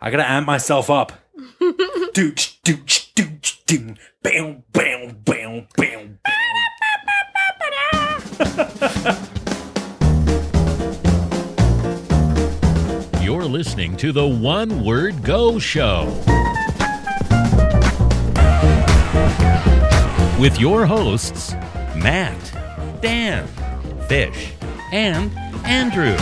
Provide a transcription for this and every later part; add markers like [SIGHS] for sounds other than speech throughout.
I gotta amp myself up. dooch, dooch, dooch, doom. Bam, bam, bam, bam, bam. You're listening to the One Word Go Show with your hosts, Matt, Dan, Fish, and Andrew.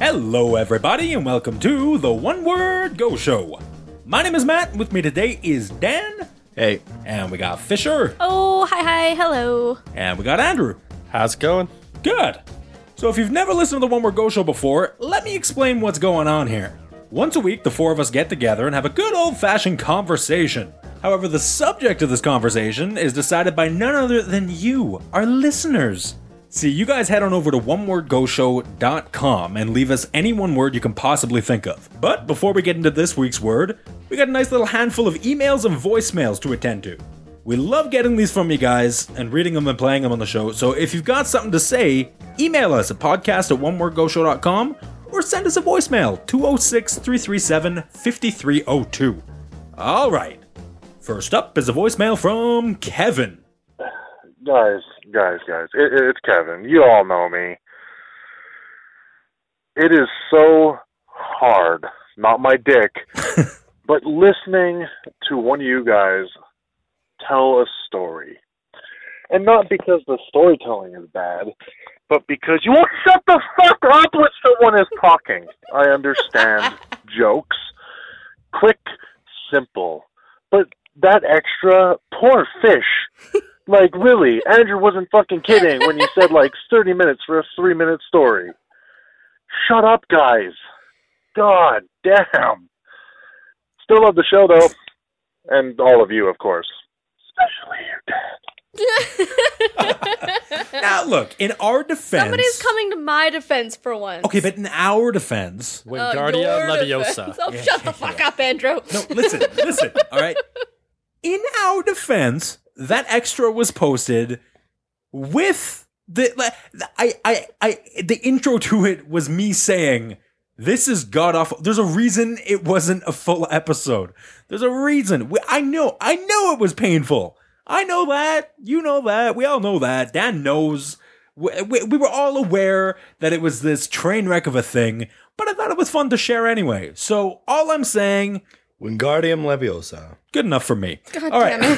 Hello, everybody, and welcome to the One Word Go Show. My name is Matt. With me today is Dan, Hey, and we got Fisher, Oh, hi, hi, hello. and we got Andrew. how's it going? Good. So, if you've never listened to the One Word Go Show before, let me explain what's going on here. Once a week, the four of us get together and have a good old fashioned conversation. However, the subject of this conversation is decided by none other than you, our listeners. See, you guys head on over to onewordgoshow.com and leave us any one word you can possibly think of. But before we get into this week's word, we got a nice little handful of emails and voicemails to attend to. We love getting these from you guys and reading them and playing them on the show. So if you've got something to say, email us at podcast at onewordgoshow.com or send us a voicemail 206 337 5302. All right. First up is a voicemail from [LAUGHS] Kevin. guys, guys, guys. It, it, it's Kevin. You all know me. It is so hard, not my dick, but listening to one of you guys tell a story. And not because the storytelling is bad, but because you won't shut the fuck up when someone is talking. I understand jokes. Quick, simple. But that extra, poor fish. Like really, Andrew wasn't fucking kidding when he said like 30 minutes for a 3 minute story. Shut up, guys. God damn. Still love the show though, and all of you, of course. Especially you, Dad. Now, look, in our defense. Somebody's coming to my defense for once. Uh, Okay, but in our defense. Wingardia your Leviosa. defense. Oh, shut the fuck up, Andrew. [LAUGHS] No, listen, listen, all right? In our defense, that extra was posted with the like, I I I the intro to it was me saying this is god awful. There's a reason it wasn't a full episode. There's a reason. We, I know. I know it was painful. I know that. You know that. We all know that. Dan knows. We, we, we were all aware that it was this train wreck of a thing, but I thought it was fun to share anyway. So all I'm saying Wingardium Leviosa. good enough for me. God All right. damn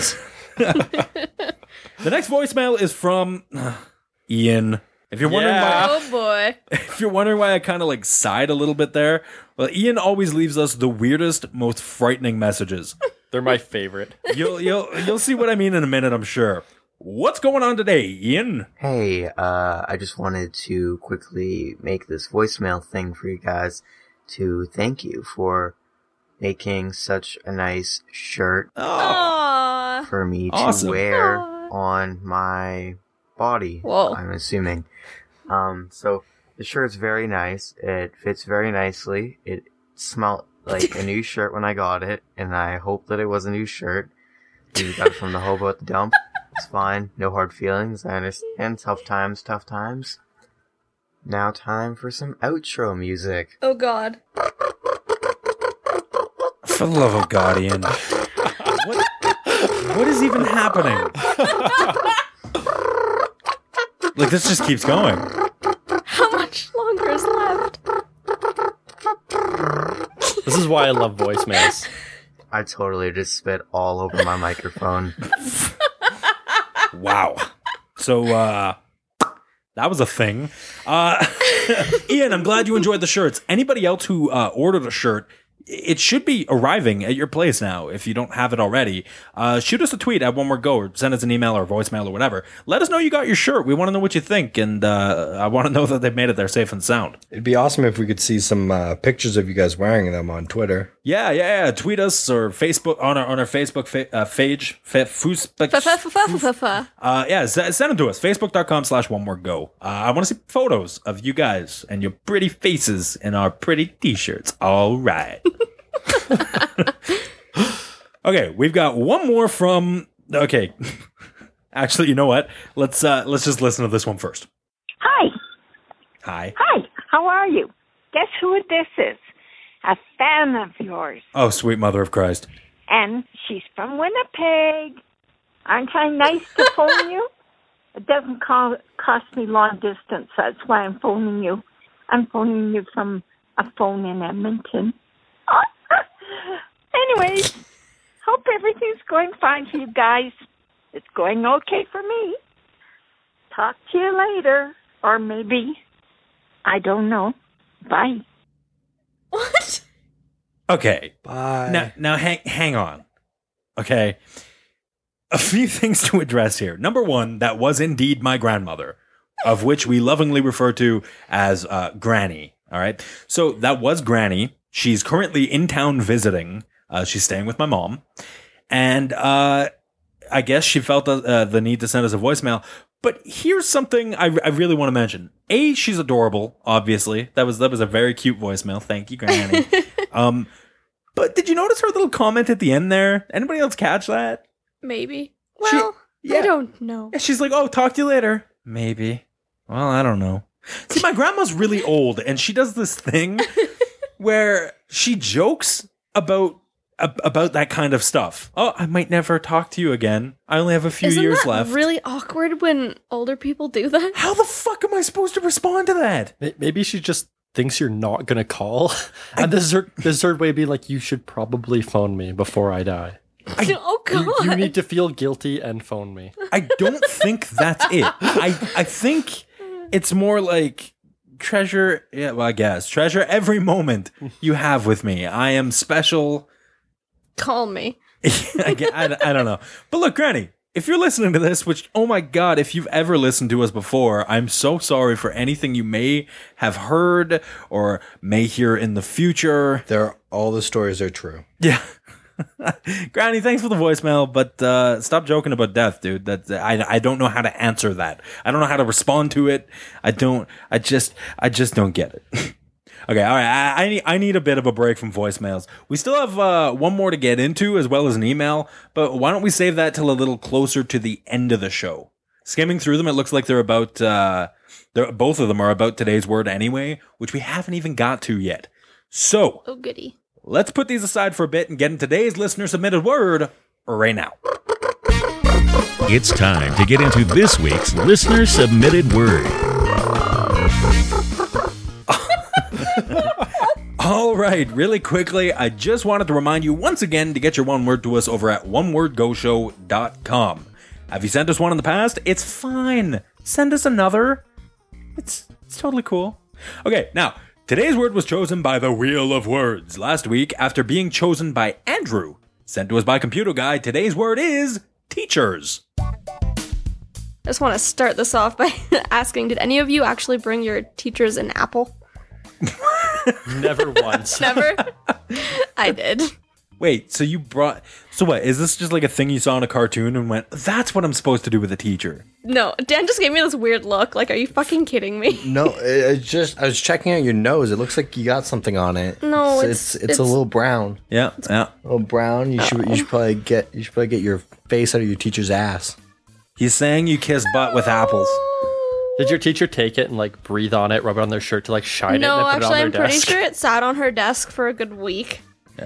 [LAUGHS] it. The next voicemail is from [SIGHS] Ian. If you're wondering Yeah. why, Oh boy. if you're wondering why I kind of like sighed a little bit there, well, Ian always leaves us the weirdest, most frightening messages. [LAUGHS] They're my favorite. You'll you'll you'll see what I mean in a minute, I'm sure. What's going on today, Ian? Hey, uh, I just wanted to quickly make this voicemail thing for you guys to thank you for making such a nice shirt Oh. Aww. for me Awesome. to wear Aw. on my body. Whoa. I'm assuming. Um, so the shirt's very nice. It fits very nicely. It smelled like [LAUGHS] a new shirt when I got it, and I hope that it was a new shirt. We got it from the hobo at the dump. It's fine. No hard feelings. I understand. Tough times, tough times. Now time for some outro music. Oh god. For the love of God, Ian. What, what is even happening? Like this just keeps going. How much longer is left? This is why I love voicemails. I totally just spit all over my microphone. Wow. So uh that was a thing. Uh [LAUGHS] Ian, I'm glad you enjoyed the shirts. Anybody else who uh ordered a shirt, it should be arriving at your place now if you don't have it already. Uh shoot us a tweet at one more go or send us an email or voicemail or whatever. Let us know you got your shirt. We want to know what you think and uh I want to know [LAUGHS] that they made it there safe and sound. It'd be awesome if we could see some uh, pictures of you guys wearing them on Twitter. Yeah, yeah, yeah. Tweet us or Facebook on our on our Facebook fa- uh, page, fa- Facebook- Fa-fa-fa-fa-fa-fa. Uh, yeah, s- send them to us. Facebook.com slash one more go. Uh, I want to see photos of you guys and your pretty faces in our pretty t shirts. All right. [LAUGHS] okay, we've got one more from. Okay. [LAUGHS] Actually, you know what? Let's uh, let's just listen to this one first. Hi, Hi. hi, how are you? Guess who this is? A fan of yours. Oh, sweet mother of Christ. And she's from Winnipeg. Aren't I nice to phone you? It doesn't co- cost me long distance. That's why I'm phoning you. I'm phoning you from a phone in Edmonton. [LAUGHS] Anyways, hope everything's going fine for you guys. It's going okay for me. Talk to you later. Or maybe, I don't know. Bye. What? Okay. Bye. Now, now hang, hang on. Okay. A few [LAUGHS] things to address here. Number one, that was indeed my grandmother, of which we lovingly refer to as uh, Granny. All right. So that was Granny. She's currently in town visiting. Uh, she's staying with my mom. And uh, I guess she felt uh, uh, the need to send us a voicemail. But here's something I, I really want to mention. A, she's adorable, obviously. That was that was a very cute voicemail. Thank you, Granny. um, but did you notice her little comment at the end there? Anybody else catch that? Maybe. She- Well, I yeah. don't know. Yeah, she's like, "Oh, talk to you later." Maybe. Well, I don't know. See, my grandma's really old, and she does this [LAUGHS] thing where she jokes about ab- about that kind of stuff. Oh, I might never talk to you again. I only have a few Isn't years that left. really awkward when older people do that? How the fuck am I supposed to respond to that? [LAUGHS] May- Maybe she just thinks you're not gonna call, [LAUGHS] and this is her this is her way of being like, you should probably phone me before I die. [LAUGHS] oh god. You, you need to feel guilty and phone me. I don't think that's it. I I think it's more like treasure. Yeah, well, I guess treasure every moment you have with me. I am special. [LAUGHS] Call me. I, gue- I, I don't know. But look, Granny, if you're listening to this, which oh my god, if you've ever listened to us before, I'm so sorry for anything you may have heard or may hear in the future. They're all the stories are true. Yeah. [LAUGHS] Granny, thanks for the voicemail, but uh, stop joking about death, dude. That I I don't know how to answer that. I don't know how to respond to it. I don't. I just I just don't get it. [LAUGHS] okay, all right. I, I need I need a bit of a break from voicemails. We still have uh, one more to get into, as well as an email. But why don't we save that till a little closer to the end of the show? Skimming through them, it looks like they're about. Uh, they're, both of them are about today's word anyway, which we haven't even got to yet. So. Oh goody. Let's put these aside for a bit and get in today's listener submitted word right now. It's time to get into this week's listener submitted word. All right, really quickly, I just wanted to remind you once again to get your one word to us over at onewordgoshow.com. Have you sent us one in the past? It's fine. Send us another. It's it's totally cool. Okay, now today's word was chosen by the Wheel of Words last week after being chosen by Andrew. Sent to us by Computer Guy. Today's word is teachers. I just want to start this off by [LAUGHS] asking did any of you actually bring your teachers an apple? [LAUGHS] Never once. Never? I did. Wait, so you brought. So what? Is this just like a thing you saw in a cartoon and went, that's what I'm supposed to do with a teacher? No, Dan just gave me this weird look. Like, are you fucking kidding me? No, it, it's just I was checking out your nose. It looks like you got something on it. No, it's it's, it's- it's, a it's- little brown. Yeah, yeah. A little brown. You should you should probably get you should probably get your face out of your teacher's ass. He's saying you kiss butt with apples. Did your teacher take it and like breathe on it, rub it on their shirt to like shine it no, and then put actually, it I'm on their pretty desk, sure it sat on her desk for a good week.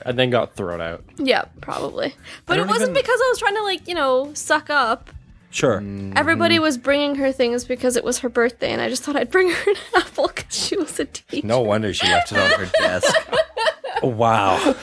and then got thrown out? Yeah, probably. But it don't wasn't even- because I was trying to, like, you know, suck up. Sure. Mm. Everybody was bringing her things because it was her birthday, and I just thought I'd bring her an [LAUGHS] apple because she was a teacher. No wonder she left it on her desk. Oh, wow.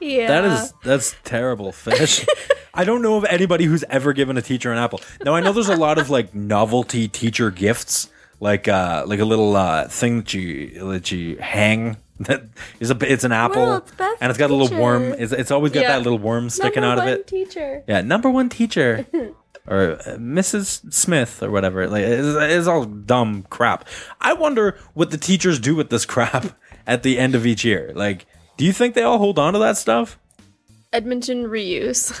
Yeah. That is, that's terrible fish. I don't know of anybody who's ever given a teacher an apple. Now, I know there's a lot of like novelty teacher gifts, like, uh, like a little, uh, thing that you, that you hang. That is a, it's an apple, World's best and it's got a little teacher. worm. It's, it's always got Yeah. that little worm sticking Number out of one it. teacher. Yeah, number one teacher, or uh, Mrs. Smith, or whatever. Like, it's, it's all dumb crap. I wonder what the teachers do with this crap [LAUGHS] at the end of each year. Like, do you think they all hold on to that stuff? Edmonton reuse,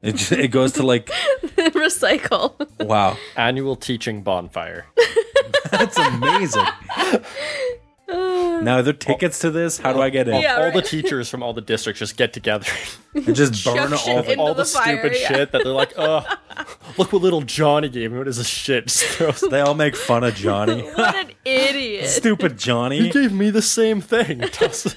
It just, it goes to like, [LAUGHS] [LAUGHS] recycle. wow, [LAUGHS] Annual teaching bonfire. that's amazing. Now, are there tickets to this? How do I get in? Yeah, all the right. teachers from all the districts just get together. [LAUGHS] And just burn Shove all shit the in. Into all the, the fire, stupid yeah. shit that they're like, [LAUGHS] uh, look what little Johnny gave me. What is this shit? [LAUGHS] Just throws- They all make fun of Johnny. [LAUGHS] What an idiot. Stupid he Johnny. gave me the [LAUGHS] same thing. Toss-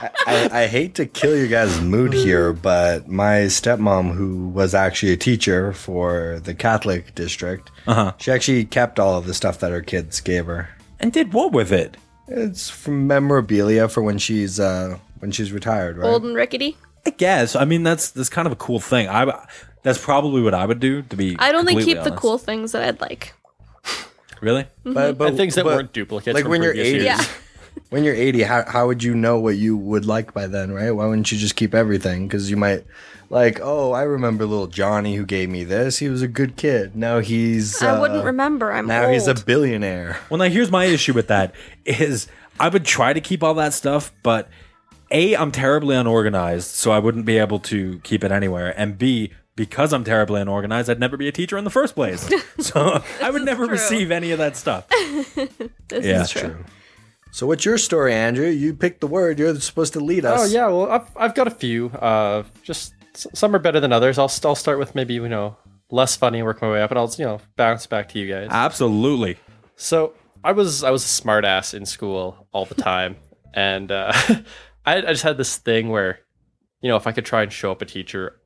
[LAUGHS] I, I hate to kill your guys' mood here, but my stepmom, who was actually a teacher for the Catholic district, Uh-huh. she actually kept all of the stuff that her kids gave her. And did what with it? It's from memorabilia for when she's uh, when she's retired, right? Old and rickety. I guess. I mean, that's that's kind of a cool thing. I that's probably what I would do to be. I'd only completely keep the honest. cool Mm-hmm. things that I'd like. Really? Mhm. but, but- and things that but weren't duplicates. like from when you're previous 80. years. Yeah. When you're 80, how, how would you know what you would like by then, right? Why wouldn't you just keep everything? Because you might, like, oh, I remember little Johnny who gave me this. He was a good kid. Now he's. I uh, wouldn't remember. I'm Now old. he's a billionaire. Well, now here's my issue with that is I would try to keep all that stuff, but A, I'm terribly unorganized, so I wouldn't be able to keep it anywhere. And B, because I'm terribly unorganized, I'd never be a teacher in the first [LAUGHS] place. So [LAUGHS] I would is never true. receive any of that [LAUGHS] stuff. This Yeah. is true. So what's your story, Andrew? You picked the word. You're supposed to lead us. Oh yeah, well I've I've got a few. Uh, just s- some are better than others. I'll st- I'll start with maybe you know less funny and work my way up, and I'll you know bounce back to you guys. Ah. Absolutely. So I was I was a smartass in school all the time, and uh, [LAUGHS] I I just had this thing where, you know, if I could try and show up a teacher,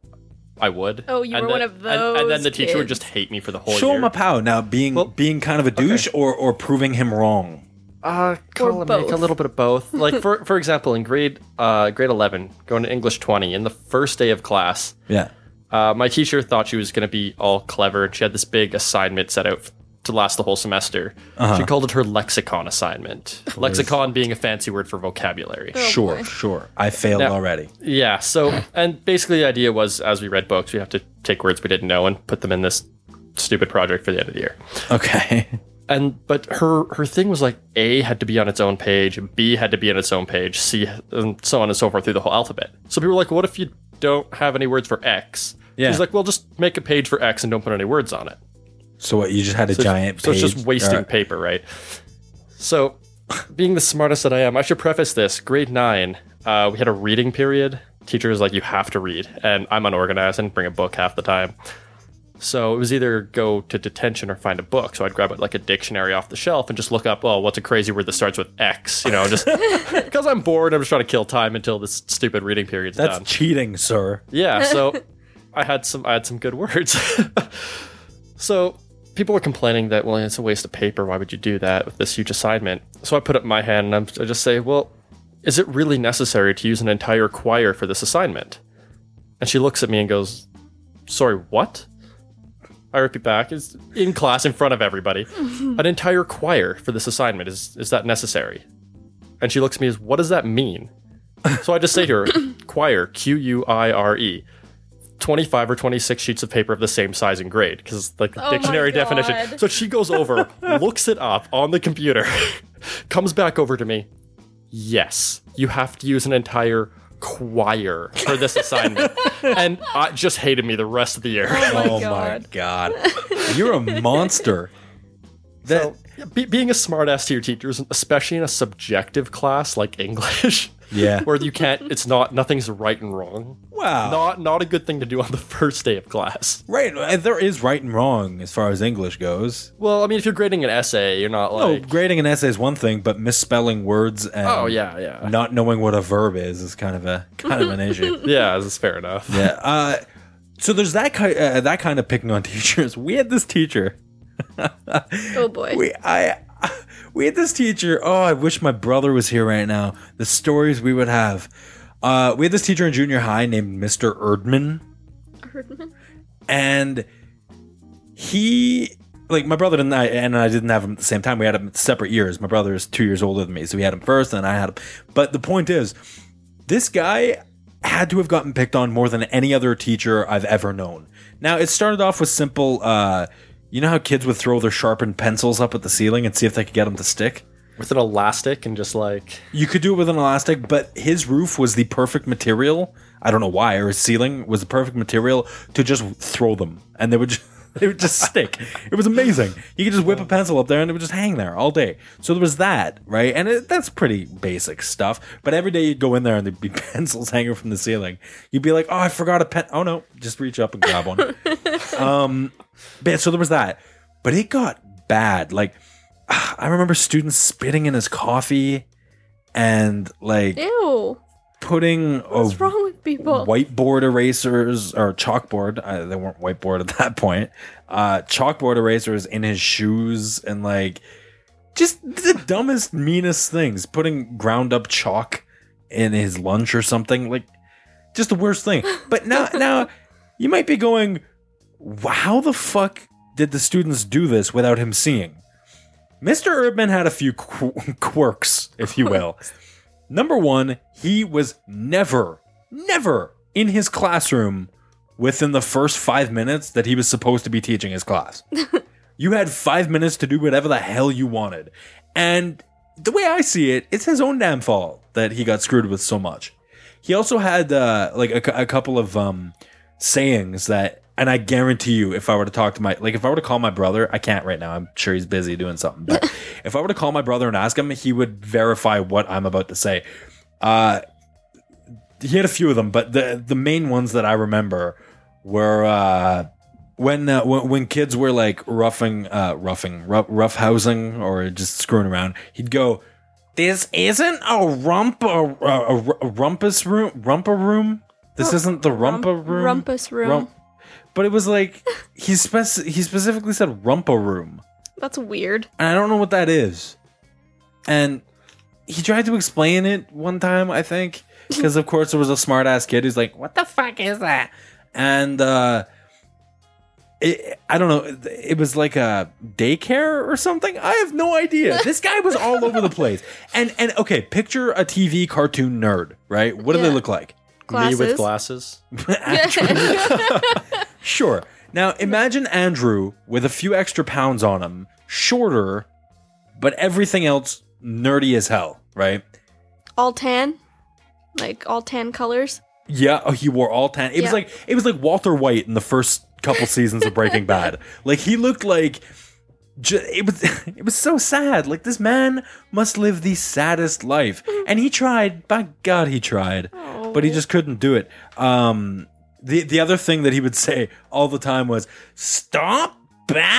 I would. Oh, you And were then- one of And, and then those the teacher would kids. just hate me for the whole Show year. him a pow. Now, being being kind of a douche or, or proving him wrong. Uh, column A, a both. little bit of both. Like for for example, in grade uh grade eleven, going to English twenty, in the first day of class, Yeah. Uh, my teacher thought she was going to be all clever. She had this big assignment set out f- to last the whole semester. She called it her lexicon assignment. Lexicon being a fancy word for vocabulary. Oh, sure, sure. I failed Now- already. Yeah. So, and basically, the idea was as we read books, we have to take words we didn't know and put them in this stupid project for the end of the year. Okay. [LAUGHS] And but her her thing was like A had to be on its own page, B had to be on its own page, C and so on and so forth through the whole alphabet. So people were like, "What if you don't have any words for X?" Yeah. She's like, "Well, just make a page for X and don't put any words on it." So what, you just had a giant So it's page- just wasting or- paper, right? So, being the smartest that I am, I should preface this. Grade nine, uh, we had a reading period. Teacher was like, "You have to read," and I'm unorganized and bring a book half the time. So it was either go to detention or find a book. So I'd grab like a dictionary off the shelf and just look up, "Oh, what's a crazy word that starts with X?" You know, just [LAUGHS] because I'm bored, I'm just trying to kill time until this stupid reading period's That's done. cheating, sir. Yeah, so I had some I had some good words. [LAUGHS] so people were complaining that well it's a waste of paper, why would you do that with this huge assignment? So I put up my hand and I'm, I just say, "Well, is it really necessary to use an entire choir for this assignment?" And she looks at me and goes, "Sorry, what?" I repeat back, is in class in front [LAUGHS] of everybody. an entire choir for this assignment is is that necessary? And she looks at me as, "What does that mean?" So I just say to [COUGHS] her, choir, Q U I R E. 25 or 26 sheets of paper of the same size and grade because like the Oh my dictionary definition God. so she [LAUGHS] goes over looks it up on the computer [LAUGHS] comes back over to me yes you have to use an entire choir for [LAUGHS] this assignment and i just hated me the rest of the year Oh my oh god. my [LAUGHS] god. You're a monster. That Be- being a smartass to your teachers, especially in a subjective class like [LAUGHS] English, Yeah. Oh. where you can't, it's not, nothing's right and wrong. Wow. Not, not a good thing to do on the [LAUGHS] first day of class. Right. uh, There is right and wrong as far as English goes. Well, I mean, if you're grading an essay, you're not No, like, grading an essay is one thing, but misspelling words and oh yeah, yeah, not knowing what a verb is is kind of a kind [LAUGHS] of an issue. yeah, this is fair enough. Yeah. Uh, so there's that kind uh, that kind of picking on [LAUGHS] teachers. We had this teacher. Oh boy. We I [LAUGHS] we had this teacher. Oh, I wish my brother was here right now. The stories we would have. Uh, we had this teacher in junior high named Mr. Erdman. Herdman? and he like my brother and I and I didn't have him at the same time. We had him at separate years. My brother is two years older than me, so we had him first, and I had him. But the point is, this guy had to have gotten picked on more than any other teacher I've ever known. Now it started off with simple. Uh, you know how kids would throw their sharpened pencils up at the ceiling and see if they could get them to stick. With an elastic and just like, You could do it with an elastic, but his roof was the perfect material. I don't know why, or his ceiling was the perfect material to just throw them, and they would. Just, [LAUGHS] They would just stick. It was amazing. You could just whip a pencil up there and it would just hang there all day. So there was that, right? And it, that's pretty basic stuff. But every day you'd go in there and there'd be [LAUGHS] pencils hanging from the ceiling. You'd be like, oh, I forgot a pen. Oh, no. Just reach up and grab one. um, but yeah, so there was that. But it got bad. Like, [SIGHS] I remember students spitting in his coffee and like [LAUGHS] Ew. putting What's a wrong with people? whiteboard erasers or chalkboard uh, they weren't whiteboard at [LAUGHS] that point uh chalkboard erasers in his shoes and like just the dumbest meanest things putting ground up chalk in his lunch or something like just the worst thing but [LAUGHS] now now you might be going "Wh- how the fuck did the students do this without him seeing mr erdman had a few qu- [LAUGHS] quirks if you will Number one, he was never, never in his classroom within the first five minutes that he was supposed to be teaching his class. you had five minutes to do whatever the hell you wanted. And the way I see it, it's his own damn fault that he got screwed with so much. He also had uh, like a, cou- a couple of um, sayings that, and I guarantee you, if I were to talk to my, like if I were to call my brother, I can't right now. I'm sure he's busy doing something. But if I were to call my brother and ask him, he would verify what I'm about to say. Uh, he had a few of them, but the the main ones that I remember were uh, when, uh, when when kids were like roughing, uh, roughing, rough, roughhousing, or just screwing around. He'd go, "This isn't a rump a, a, a rumpus room, rumpa room. This isn't the rumpa Oh, Rump- room, Rumpus room. Rump- But it was like he spec- he specifically said rumpa room That's weird. and I don't know what that is. And he tried to explain it one time, I think, because of course there was a smart ass kid who's like, "What the fuck is that?" And uh, it, I don't know, it was like a daycare or something. I have no idea. This guy was all over the place. And and okay, picture a TV cartoon nerd, right? What do Yeah. they look like? Glasses. Me with glasses. Sure. Now imagine Andrew with a few extra pounds on him, shorter, but everything else nerdy as hell, right? all tan. Like all tan colors. Yeah, oh, he wore all tan. It was Yeah. like it was like Walter White in the first couple seasons of [LAUGHS] Breaking Bad. Like he looked like ju- it was [LAUGHS] it was so sad. Like this man must live the saddest [LAUGHS] life. And he tried, by god he tried. But he just couldn't do it. Um the the other thing that he would say all the time was stop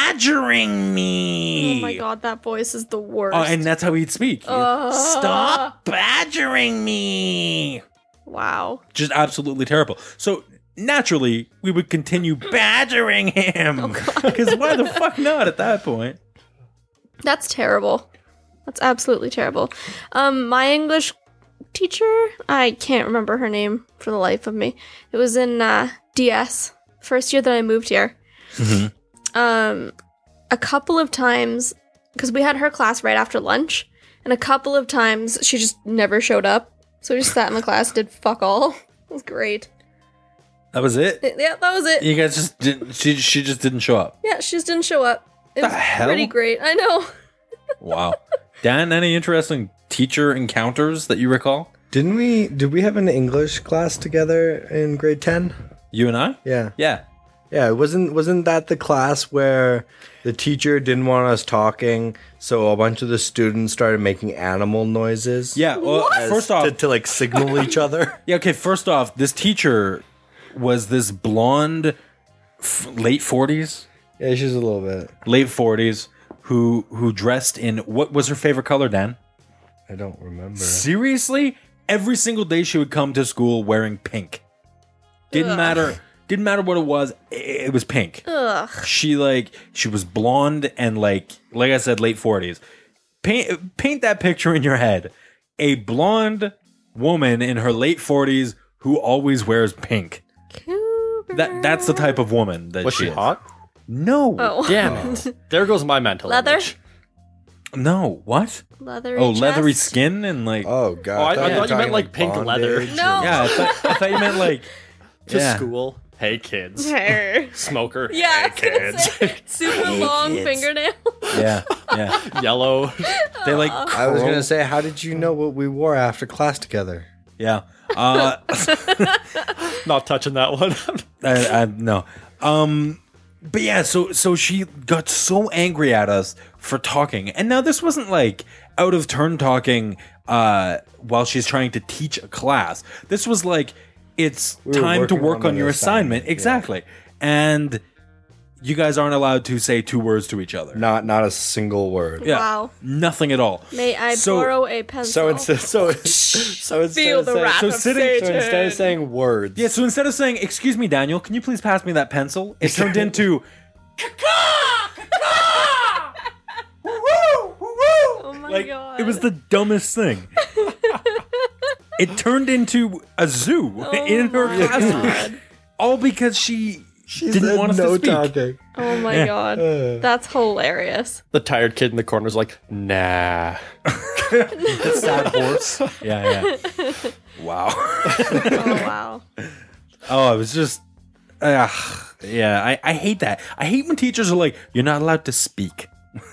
badgering me. Oh my god, that voice is the worst. Oh, and that's how he'd speak. He'd, Uh. Stop badgering me wow. just absolutely terrible. So naturally, we would continue badgering him because why the fuck not at that point? That's terrible. That's absolutely terrible. Um, my English teacher, I can't remember her name for the life of me. It was in uh, DS, first year that I moved here. Mhm. Um, a couple of times, because we had her class right after lunch, and a couple of times she just never showed up. So we just sat in the class, did fuck all. [LAUGHS] It was great. That was it. Yeah, that was it. You guys just didn't. She she just didn't show up. Yeah, she just didn't show up. It The was hell? pretty great. I know. Wow. Dan, any interesting teacher encounters that you recall? Didn't we? Did we have an English class together in grade ten? You and I. Yeah, Yeah. yeah. Wasn't wasn't that the class where the teacher didn't want us talking, so a bunch of the students started making animal noises? Yeah. Well, As first off, to, to like signal each other. yeah. Okay. First off, this teacher was this blonde, f- late forties, Yeah, she's a little bit. late forties, who who dressed in what was her favorite color, Dan? I don't remember. Seriously? Every single day she would come to school wearing pink. Didn't Ugh. matter. Didn't matter what it was. i- It was pink. Ugh. She like she was blonde and like like I said late 40s. Paint paint that picture in your head. A blonde woman in her late 40s who always wears pink. That that's the type of woman that Was she, she is. hot? No. Oh, Damn it. There goes my mental Leather? image. No. What? leathery. oh, leathery chest. skin and like Oh god! Oh, I- I were thought you talking meant, like, pink leather. bondage No. Yeah, I thought, I thought you meant like To Yeah. school. Hey kids. Hair. Smoker. Yeah, Hey I was gonna kids. say, super long fingernail. yeah, yeah. Yellow. [LAUGHS] They like I was gonna say, how did you know what we wore after class together? Yeah. Uh, Not touching that one. [LAUGHS] I, I, no. Um, But yeah, so so she got so angry at us for talking. And now this wasn't like out of turn talking uh while she's trying to teach a class. This was like it's We were time to working work on on an your assignment, assignment. yeah. Exactly. And you guys aren't allowed to say two words to each other. Not not a single word. Yeah. Wow. Nothing at all. May I So- borrow a pencil? So it's so so instead Feel of the saying- wrath so of sitting- so instead of Satan. saying words, Yeah, so instead of saying, "Excuse me, Daniel, can you please pass me that pencil?" It turned into oh my like god. it [LAUGHS] was the dumbest [LAUGHS] thing. it turned into a zoo in her Oh my classroom, all because she she didn't said want us to no speak. talking. Oh my Yeah. Uh. god. That's hilarious. The tired kid in the corner is like, nah. sad horse. Yeah, [LAUGHS] yeah. Wow. [LAUGHS] Oh [LAUGHS] wow. oh, it was just. Uh, yeah, I, I hate that. I hate when teachers are like, "You're not allowed to speak."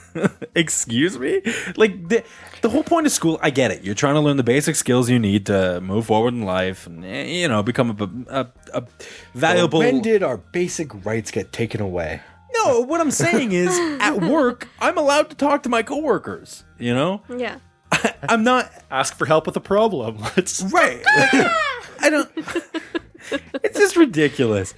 [LAUGHS] Excuse me? Like the the whole point of school, I get it. You're trying to learn the basic skills you need to move forward in life, and eh, you know, become a, a, a valuable. When did our basic rights get taken away? No, what I'm saying is, at work, I'm allowed to talk to my coworkers. You know, Yeah. I'm not Ask for help with a problem. [LAUGHS] It's right. Like, I don't. It's just ridiculous.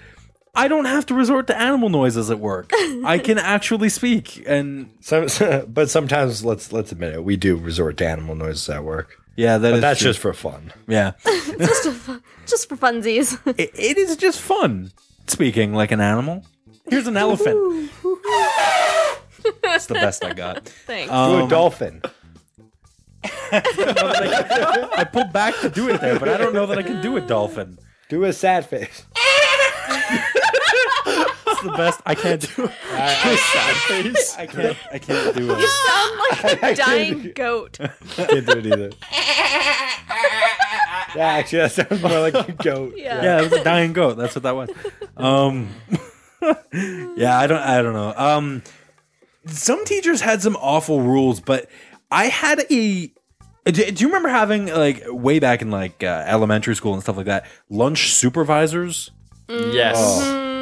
I don't have to resort to animal noises at work. I can actually speak, and Some, [LAUGHS] but sometimes let's let's admit it, we do resort to animal noises at work. yeah, that But is that's true. just for fun. yeah. Just for funsies. It- it is just fun speaking like an animal. Here's an elephant. That's the best I got. Thanks. To a Um, dolphin. I pulled back to do it there, but I don't know that I can do a dolphin. Do a sad [LAUGHS] face. It's the best. I can't do [LAUGHS] it. [LAUGHS] I can't. I can't do it. Sound [LAUGHS] like a dying goat. Can't do it either. Yeah, actually, that sounds more like a goat. Yeah. yeah, it was a dying goat. That's what that was. Um, [LAUGHS] yeah, I don't, I don't know. Um, some teachers had some awful rules, but I had a. Do do you remember having like way back in like uh, elementary school and stuff like that? Lunch supervisors. yes. Oh. [LAUGHS]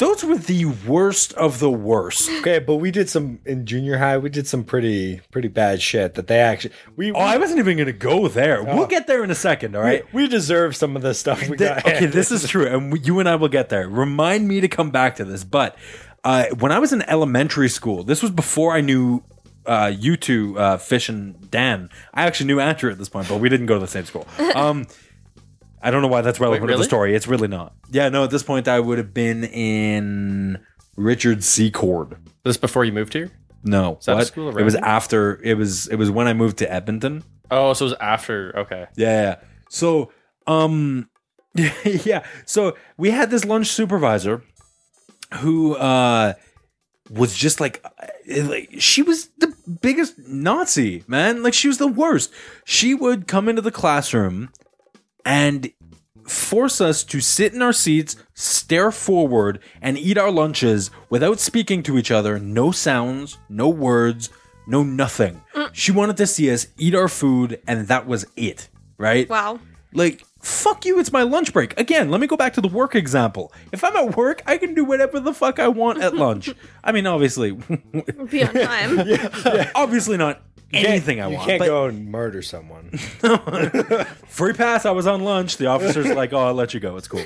Those were the worst of the worst. Okay, but we did some in junior high. We did some pretty pretty bad shit that they actually we. Oh, I wasn't even gonna go there. We'll get there in a second. All right. we deserve some of the stuff we Th- got. okay, this is true, and we- you and I will get there. Remind me to come back to this. But uh, when I was in elementary school, this was before I knew uh, you two, uh, Fish and Dan. I actually knew Andrew at this point, but we didn't go to the same [LAUGHS] school. Um, I don't know why that's relevant to the really? story. It's really not. Yeah, no. At this point, I would have been in Richard Secord. This before you moved here? No, that a what? school it was around? after. It was it was when I moved to Edmonton. Oh, so it was after. Okay. Yeah, yeah. So, um, [LAUGHS] yeah. So we had this lunch supervisor who uh was just like, uh, like she was the biggest Nazi man. Like she was the worst. She would come into the classroom and force us to sit in our seats, stare forward, and eat our lunches without speaking to each other. No sounds, no words, no nothing. She wanted to see us eat our food, and that was it, right? Wow. Like, fuck you, it's my lunch break. Again, let me go back to the work example. If I'm at work, I can do whatever the fuck I want [LAUGHS] at lunch. I mean, obviously, Be [LAUGHS] on time. obviously not anything I you want. can't but go and murder [LAUGHS] someone. free pass, I was on lunch. The officer's like, oh, I'll let you go. It's cool.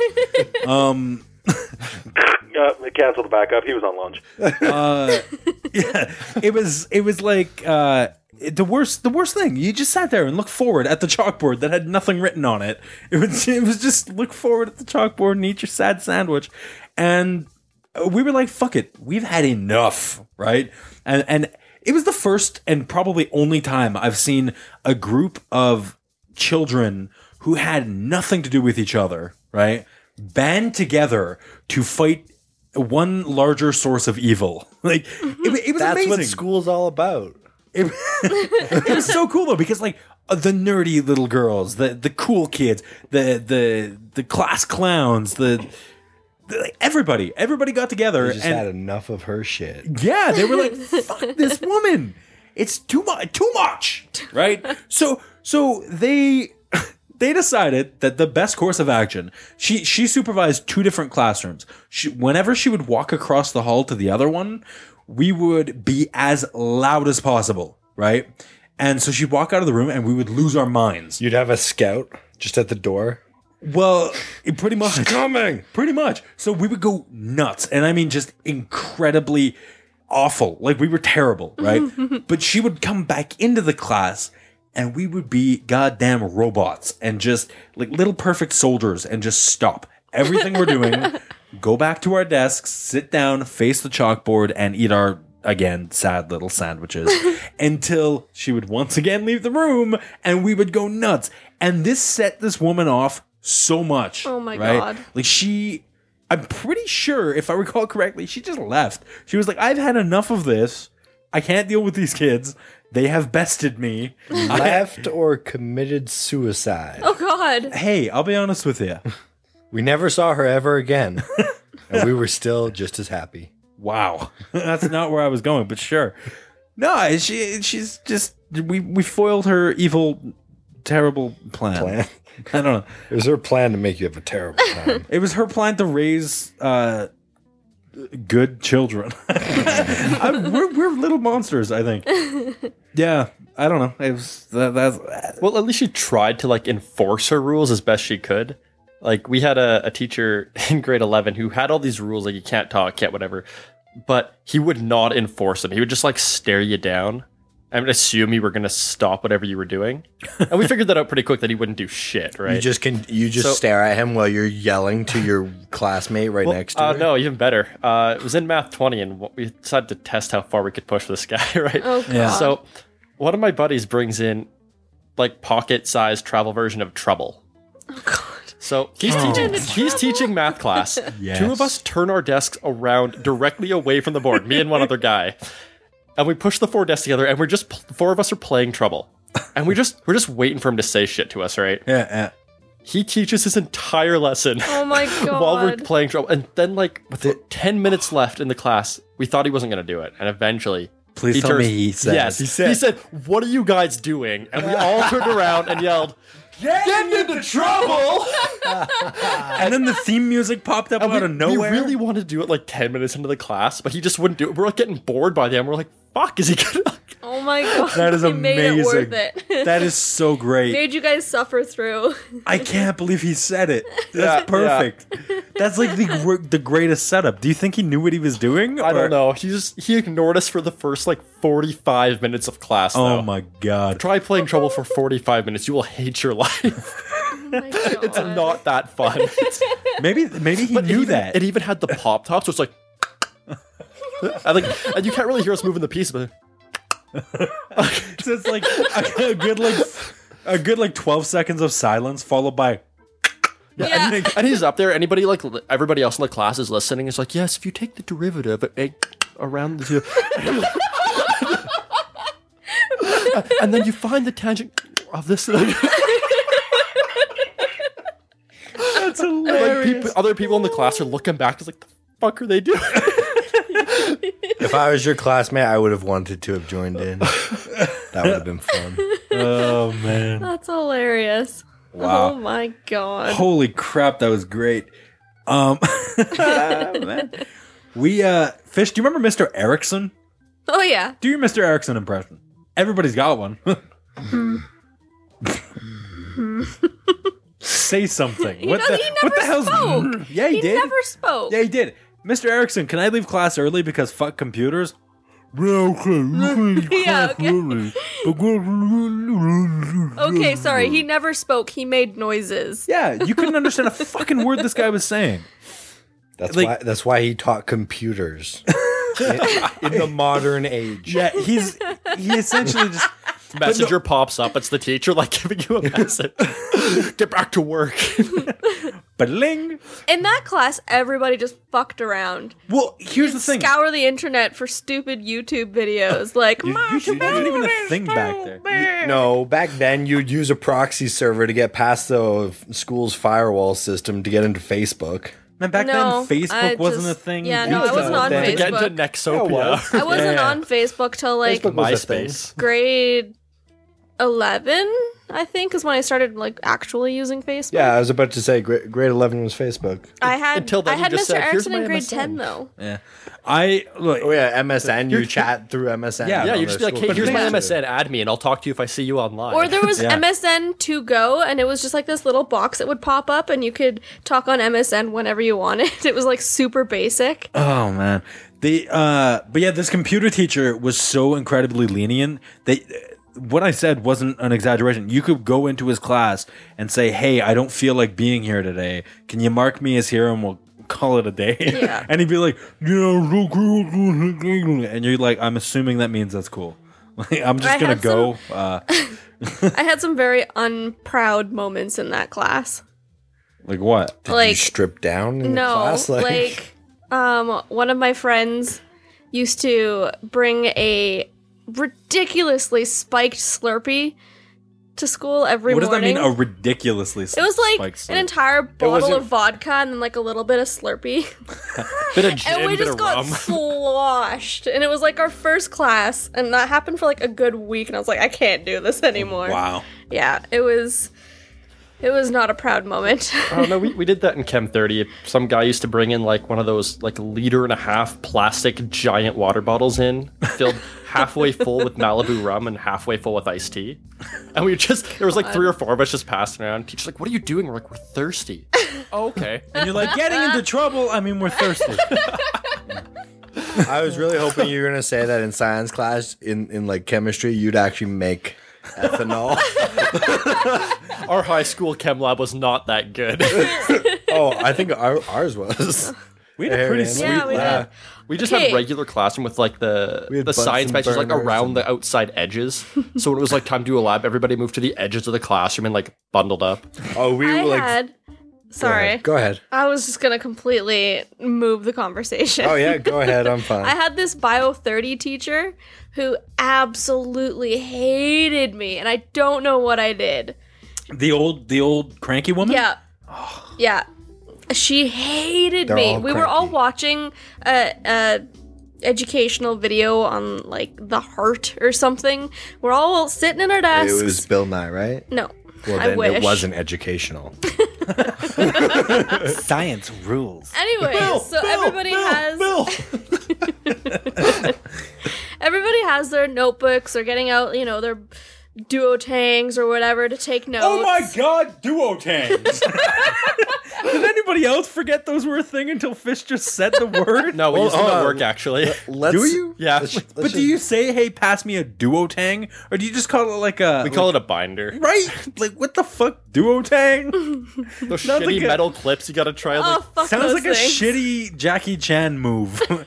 Uh, they canceled the backup. He was on lunch. [LAUGHS] it was it was like uh the worst the worst thing you just sat there and looked forward at the chalkboard that had nothing written on it it was [LAUGHS] it was just look forward at the chalkboard and eat your sad sandwich and we were like fuck it we've had enough right and and it was the first and probably only time i've seen a group of children who had nothing to do with each other right band together to fight one larger source of evil [LAUGHS] like it, it was Mm-hmm. That's amazing what school's all about. it, [LAUGHS] it was so cool though because like uh, the nerdy little girls, the the cool kids, the the the class clowns, the, the like, everybody, everybody got together We just and had enough of her shit. yeah, they were like, "Fuck this woman! It's too much, too much!" Right? So, so they [LAUGHS] they decided that the best course of action she she supervised two different classrooms she, whenever she would walk across the hall to the other one we would be as loud as possible right and so she'd walk out of the room and we would lose our minds You'd have a scout just at the door. well it pretty much Coming. pretty much so we would go nuts and i mean just incredibly awful like we were terrible [LAUGHS] right but she would come back into the class and we would be goddamn robots and just like little perfect soldiers and just stop everything we're doing [LAUGHS] go back to our desks sit down face the chalkboard and eat our again sad little [LAUGHS] sandwiches until she would once again leave the room and we would go nuts and this set this woman off so much Oh my God. like she, I'm pretty sure, if I recall correctly, she just left. She was like, "I've had enough of this. I can't deal with these kids. They have bested me." [LAUGHS] Mm-hmm. Left or committed suicide. Oh God. hey, I'll be honest with you. We never saw her ever again. [LAUGHS] and we were still just as happy. Wow, [LAUGHS] that's not where I was going, but sure. No, she she's just we we foiled her evil, terrible plan. Plan. [LAUGHS] I don't know. It was her plan to make you have [LAUGHS] a terrible time. It was her plan to raise uh, good [LAUGHS] children. I, we're, we're little monsters, I think. [LAUGHS] Yeah, I don't know. It was that, that's Well, at least she tried to like enforce her rules as best she could. Like we had a, a teacher [LAUGHS] in grade eleven who had all these rules, like you can't talk, can't whatever, but he would not enforce them. He would just like stare you down. I would assume you were gonna stop whatever you were doing, and we figured that out pretty quick that he wouldn't do shit, right? You just can you just So- stare at him while you're yelling to your classmate right Well, next to uh, her. no, even better. Uh, it was in math 20, and what- we decided to test how far we could push this guy, [LAUGHS] right? Oh God. Yeah. So, one of my buddies brings in like pocket-sized travel version of Trouble. oh God. So he's teaching he's teaching math class. Two of us turn our desks around directly away from the board, me and one other guy. And we push the four desks together and we're just the four of us are playing trouble. And we just we're just waiting for him to say shit to us, right? yeah, yeah. He teaches his entire lesson [LAUGHS] [LAUGHS] Oh my God. while we're playing trouble. And then like with 10 minutes left in the class, we thought he wasn't going to do it. And eventually Please tell me he said. Yes, he said. He said, "What are you guys doing?" And we all turned around and yelled, "Get, into trouble!" And then the theme music popped up And out we, of nowhere. we really wanted to do it like 10 minutes into the class, but he just wouldn't do it. We're like getting bored by the end. We're like, fuck, is he gonna? [LAUGHS] oh my God. that is [LAUGHS] He amazing. Made it worth it. that is so great. [LAUGHS] made you guys suffer [LAUGHS] through. I can't believe he said [LAUGHS] it. Yeah, yeah. That's perfect. That's like the gr- the greatest setup. Do you think he knew what he was doing? I or- don't know. He just, he ignored us for the first like 45 minutes of class. Oh though. my god. [LAUGHS] Try playing Trouble for 45 minutes. You will hate your life. [LAUGHS] Oh my God. it's not that fun. [LAUGHS] Maybe maybe he But it knew even- that. It even had the pop top, so it's like, [LAUGHS] and like, and you can't really hear us moving the piece, but So [LAUGHS] it's like a, a good like a good like 12 seconds of silence followed by Yeah. and, and he's up there. Anybody like li- everybody else in the class is listening. It's like, yes, if you take the derivative it make [LAUGHS] around the [LAUGHS] and then you find the tangent of this. [LAUGHS] and that. that's like hilarious. people, other people in the class are looking back, just like, the fuck are they doing? [LAUGHS] If I was your classmate, I would have wanted to have joined [LAUGHS] in. that would have been fun. oh man. That's hilarious. Wow. Oh my God. Holy crap, that was great. Um [LAUGHS] man. We uh Fish, do you remember Mr. Erickson? Oh yeah. Do your Mr. Erickson impression. Everybody's got one. [LAUGHS] Say something. [LAUGHS] You what know, the, he what never the hell's spoke. [LAUGHS] Yeah, he, He did. never spoke. Yeah, he did. Mr. Erickson, can I leave class early because fuck computers? [LAUGHS] okay. Yeah, okay. Okay, sorry. He never spoke. He made noises. Yeah, you couldn't understand a fucking word this guy was saying. That's Like- why that's why he taught computers [LAUGHS] in, in the modern age. Yeah, he's he essentially just Messenger pops up. It's the teacher like giving you a message. [LAUGHS] Get back to work. bling. In that class, everybody just fucked around. Well, here's the thing. Scour the internet for stupid YouTube [LAUGHS] videos. Like, You, "Ma, you should not even a thing back there. No, back then you'd use a proxy server to get past the f- school's firewall system to get into Facebook. Man, back No, then Facebook I wasn't a just- thing. yeah, You no, I [LAUGHS] know wasn't on that. Get into Facebook. Nexopia. I wasn't Yeah. on Facebook till like Facebook was a thing. MySpace. grade 11. I think, is when I started like actually using Facebook. Yeah, I was about to say grade, grade 11 was Facebook. I had until then I you had Mr. just said, "Here's Erickson in my grade MSN." ten though. Yeah. I look. Oh yeah, MSN. You chat through MSN. Yeah, on yeah, Yeah, you you the just be like, school hey, here's my computer. MSN. Add me, and I'll talk to you if I see you online. Or there was Yeah. MSN to go, and it was just like this little box that would pop up, and you could talk on MSN whenever you wanted. [LAUGHS] It was like super basic. Oh man. The uh but yeah, this computer teacher was so incredibly lenient. They what I said wasn't an exaggeration. You could go into his class and say, "Hey, I don't feel like being here today. Can you mark me as here and we'll call it a day?" Yeah. [LAUGHS] and he'd be like, "Yeah, so cool." and you're like, "I'm assuming that means that's cool." [LAUGHS] Like, I'm just I gonna had go. Uh, I had some very unproud moments in that class. like what? Did you like strip down in no, the class? like, um, one of my friends used to bring a ridiculously spiked Slurpee to school every What does that morning. mean? A ridiculously. it was like an entire bottle wasn't- of vodka and then like a little bit of Slurpee. bit of gin, and we bit just of got [LAUGHS] rum. sloshed. And it was like our first class, and that happened for like a good week. And I was like, I can't do this anymore. wow. Yeah, it was, it was not a proud [LAUGHS] moment. oh no, we, we did that in Chem 30. Some guy used to bring in like one of those like liter and a half plastic giant water bottles in, [LAUGHS] filled halfway full with Malibu rum and halfway full with iced tea. And we just there was like three or four of us just passing around. Teacher's like, "What are you doing?" We're like, "We're [LAUGHS] thirsty." oh, okay. And you're like getting into trouble. I mean, we're [LAUGHS] thirsty. [LAUGHS] I was really hoping you were gonna say that in science class, in in like chemistry, you'd actually make ethanol. Our high school chem lab was not that good. oh, I think our, ours was. We had a pretty Arian. sweet yeah, we laugh. did. We just Okay. had regular classroom with like the had the science Bunsen matches like burners around and- the outside edges. so when it was like time to do a lab, everybody moved to the edges of the classroom and like bundled up. Oh, we I were like. had. Sorry, Go ahead. I was just gonna completely move the conversation. Oh yeah, go ahead. I'm [LAUGHS] fine. I had this Bio 30 teacher who absolutely hated me, and I don't know what I did. The old, the old cranky woman. Yeah. Yeah. She hated They're me. all We were all cranky. watching a, a educational video on like the heart or something. We're all sitting in our it desks. was Bill Nye, right? no. Well, I then wish. it wasn't educational. Science rules. Anyway, so everybody has everybody has their notebooks. They're getting out, you know, their duotangs or whatever to take notes. Oh my god, duotangs! [LAUGHS] Did anybody else forget those were a thing until Fish just said the [LAUGHS] word? No, we Well, used them hold at on. work actually. Let's, Do you? Yeah. let's- let's but just- do you say, "Hey, pass me a duotang," or do you just call it like a? [LAUGHS] We call it a binder. [LAUGHS] right. Like what the fuck, [LAUGHS] duotang? Those Sounds shitty like a- metal clips you gotta try. Oh, Like, fuck Sounds those like a things. shitty Jackie Chan move. [LAUGHS]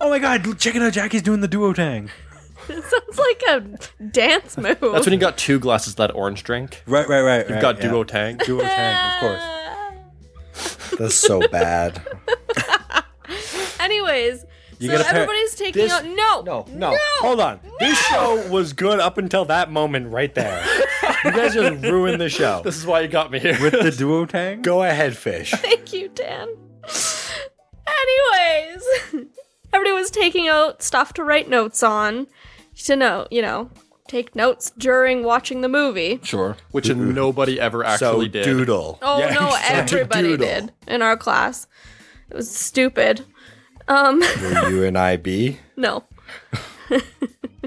oh my god, check it out! Jackie's doing the duotang. [LAUGHS] Sounds like a dance move. that's when you got two glasses of that orange drink. Right, right, right. You've got duotang. duotang, of course. [LAUGHS] That's so bad. Anyways, You so gotta pair- everybody's taking this- out. No, Hold on. This show was good up until that moment right [LAUGHS] there. you guys just ruined the show. This is why you got me here. With [LAUGHS] the duotang. [LAUGHS] Go ahead, fish. Thank you, Dan. Anyways, [LAUGHS] everybody was taking out stuff to write notes on, to know, you know, take notes during watching the movie. Sure. Which nobody ever actually so did. doodle. Oh Yeah, no, exactly. everybody Doodle. did in our class. It was stupid. Um, [LAUGHS] Were you an IB? no,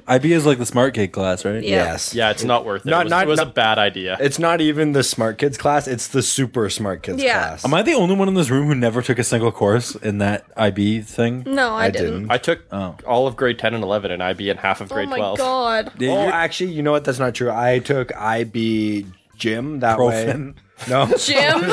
IB is like the smart kid class, right? Yeah. Yes. Yeah, it's not worth it. Not- it was, not- it was not- a bad idea. It's not even the smart kids class. It's the super smart kids Yeah. class. Am I the only one in this room who never took a single course in that IB thing? no, I, I didn't. didn't. I took Oh. all of grade 10 and 11 and IB and half of Oh grade my 12. [LAUGHS] god. Yeah, oh, you're- actually, you know what? That's not true. I took IB gym that way. Profen. [LAUGHS] No, Jim,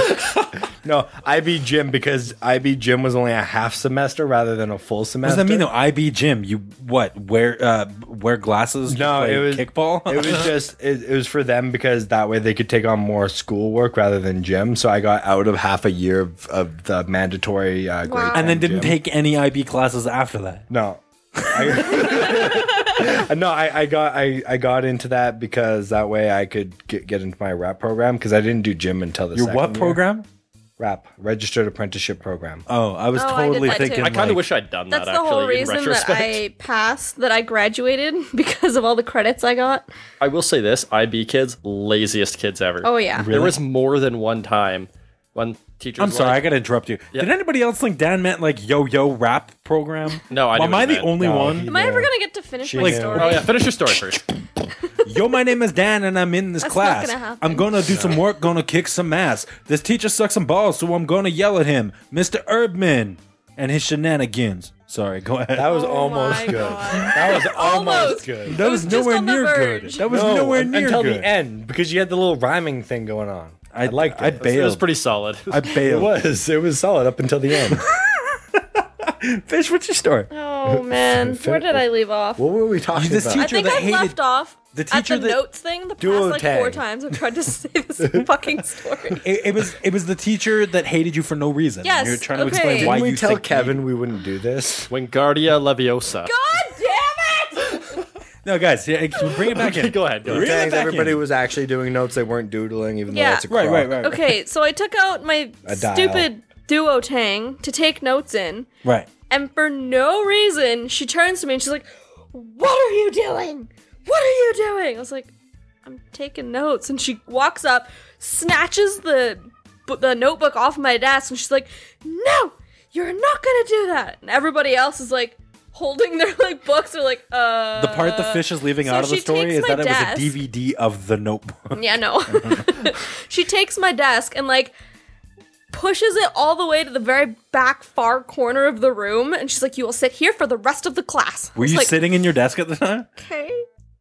no, IB gym because IB gym was only a half semester rather than a full what does semester. that mean though? IB gym, you what? Wear uh, wear glasses? to No, play it was kickball. [LAUGHS] [LAUGHS] it was just it, it was for them because that way they could take on more schoolwork rather than gym. So I got out of half a year of, of the mandatory uh, grade. Wow. and then 10 didn't gym. take any IB classes after that. No. I, [LAUGHS] no, I, I got I, I got into that because that way I could get, get into my rap program because I didn't do gym until the Your second what year. program? Rap registered apprenticeship program. Oh, I was Oh, I did totally that too. thinking. I I kind of like, wish I'd done That's that. the actually, whole in reason that retrospect. [LAUGHS] I passed, that I graduated [LAUGHS] because of all the credits I got. I will say this: IB kids, laziest kids ever. Oh, yeah. There was more than one time when teachers. I'm were sorry, I like, gotta interrupt you. Did anybody else think Dan meant like yo yo rap program? No, I knew Am what I he the meant. only No, one? he- Am I ever going to get to finish my Like- story? Oh yeah, finish your story [LAUGHS] first. Yo, my name is Dan, and I'm in this That's not class. gonna happen. I'm gonna do some work, gonna kick some ass. This teacher sucks some balls, so I'm gonna yell at him, Mr. Erdman, and his shenanigans. Sorry, go ahead. That was Oh almost my good. God. [LAUGHS] That was almost, Almost. good. That It was just on the good. verge. That was No, nowhere near until good. the end because you had the little rhyming thing going on. I, liked I it. bailed. It was pretty solid. [LAUGHS] I it bailed. was it was solid up until the end. [LAUGHS] Fish, what's your story? [LAUGHS] Oh, man. Where did I leave off? What were we talking This about? I teacher think that I've hated- left off the at teacher the that- notes thing the past like four Duotang. times. I've tried to [LAUGHS] say this [LAUGHS] fucking story. It, it was it was the teacher that hated you for no reason. Yes, You're trying to okay. explain Didn't why Didn't we you tell think Kevin we wouldn't do this? Wingardia Leviosa. God damn it! No, guys, yeah, bring [LAUGHS] it back in. Go ahead, go Reel ahead. it Thanks, back everybody in. was actually doing notes. They weren't doodling, even Yeah. though it's a right, crop. right, right, right, Okay, so I took out my A dial. stupid duotang to take notes in, right. and for no reason, she turns to me and she's like, What are you doing? What are you doing? I was like, I'm taking notes. And she walks up, snatches the, bu- the notebook off my desk, and she's like, No, you're not gonna do that. And everybody else is like, Holding [LAUGHS] their like books, they're like, uh. The part the fish is leaving so out of the she story takes is my that desk. it was a DVD of The Notebook. Yeah, no. [LAUGHS] she takes my desk and like pushes it all the way to the very back far corner of the room and she's like, You will sit here for the rest of the class. I Were was you like, sitting in your desk at the time? Okay.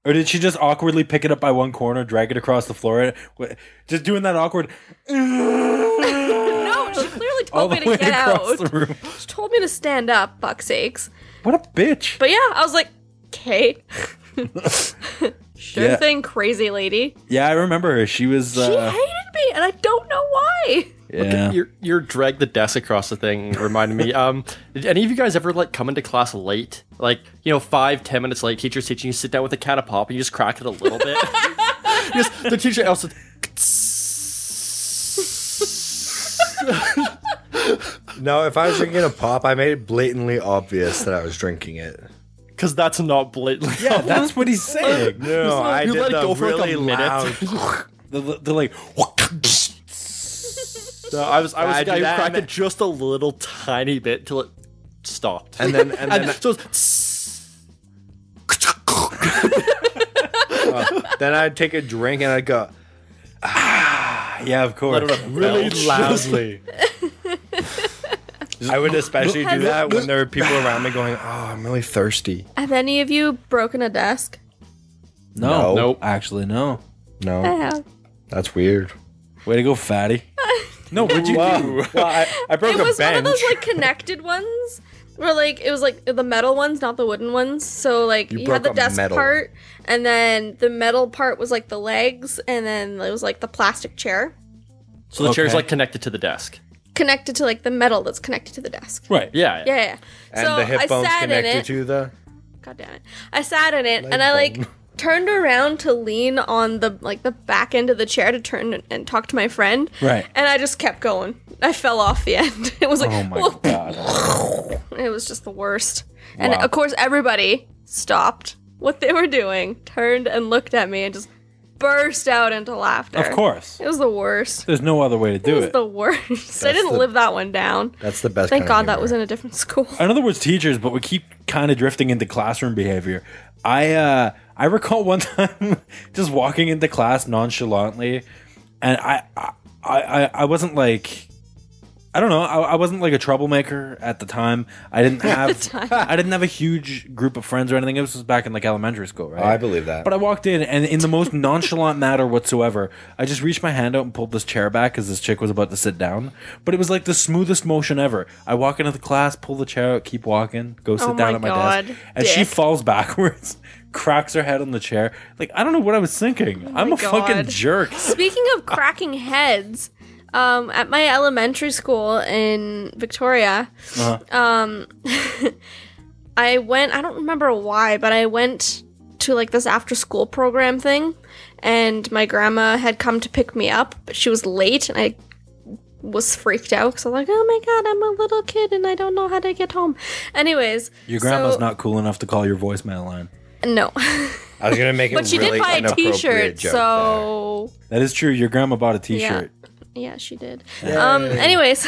Or did she just awkwardly pick it up by one corner, drag it across the floor, Wh- just doing that awkward No, she clearly all told the me to way get across out. the room? She told me to stand up, fuck's sakes. What a bitch! But yeah, I was like, Okay. [LAUGHS] sure Yeah. thing, crazy lady. Yeah, I remember her. She was. She Uh, hated me and I don't know why. yeah. Your your drag the desk across the thing reminded [LAUGHS] me. Um, did any of you guys ever like come into class late, like you know five ten minutes late? Teacher's teaching you sit down with a can of pop and you just crack it a [LAUGHS] little bit. Just- the teacher also. No, if I was drinking a pop, I made it blatantly obvious that I was drinking it. Because that's not [LAUGHS] blatantly. Yeah, that's what he's saying. No, I you did let it the go for like a really minute. loud. They're, they're like, [LAUGHS] No, I was I was the I do guy who that cracked and- it just a little tiny bit till it stopped. And then, and And then, [LAUGHS] so it's- then I'd take a drink and I'd go "Ah, yeah, of course. let it really belch. [LAUGHS] loudly. I would especially do that when there were people around me going, "Oh, I'm really thirsty." Have any of you broken a desk? No, No. nope. actually, no. I No, have. that's weird. Way to go, fatty. No, what'd you do? Wow. Well, I, I broke it was a one of bench. those like connected ones where like it was like the metal ones not the wooden ones so like you, You had broke the a desk metal. part and then the metal part was like the legs and then it was like the plastic chair So the chair's Okay. like connected to the desk. connected to like the metal that's connected to the desk Right. Yeah. yeah, yeah, yeah. and so the hip I bone's sat in connected it to the. god damn it i sat in it and i Leg like [LAUGHS] bone. turned around to lean on the like the back end of the chair to turn and- and talk to my friend Right. and i just kept going i fell off the [LAUGHS] end it was like Oh my [LAUGHS] "Whoa." god. It was just the worst. And of course, everybody stopped what they were doing, turned and looked at me, and just burst out into laughter. Of course. It was the worst. There's no other way to It do was it. the worst. [LAUGHS] I didn't the- live that one down. That's the best. Thank kind God of that was humor. in a different [LAUGHS] school. in other words, teachers, but we keep kind of drifting into classroom behavior. I uh, I recall one [LAUGHS] time just walking into class nonchalantly, and I I I, I wasn't like. I don't know. I, I wasn't like a troublemaker at the time. I didn't have time. I didn't have a huge group of friends or anything. This was back in like elementary school, right? Oh, I believe that. But I walked in, and in the most nonchalant manner whatsoever, I just reached my hand out and pulled this chair back because this chick was about to sit down. But it was like the smoothest motion ever. I walk into the class, pull the chair out, keep walking, go sit Oh down my at my desk, God, and she dick. falls backwards, [LAUGHS] cracks her head on the chair. Like I don't know what I was thinking. I'm a fucking Oh God. [LAUGHS] jerk. Speaking of cracking heads, um, at my elementary school in Victoria, Uh-huh. um, [LAUGHS] I went. I don't remember why, but I went to like this after-school program thing, and my grandma had come to pick me up, but she was late, and I was freaked out because I'm like, oh my god, I'm a little kid and I don't know how to get home. Anyways, Your grandma's so- not cool enough to call your voicemail line. no, [LAUGHS] I was gonna make it. but she really did buy a inappropriate T-shirt, joke so That is true. Your grandma bought a T-shirt. Yeah, she did. Um, anyways,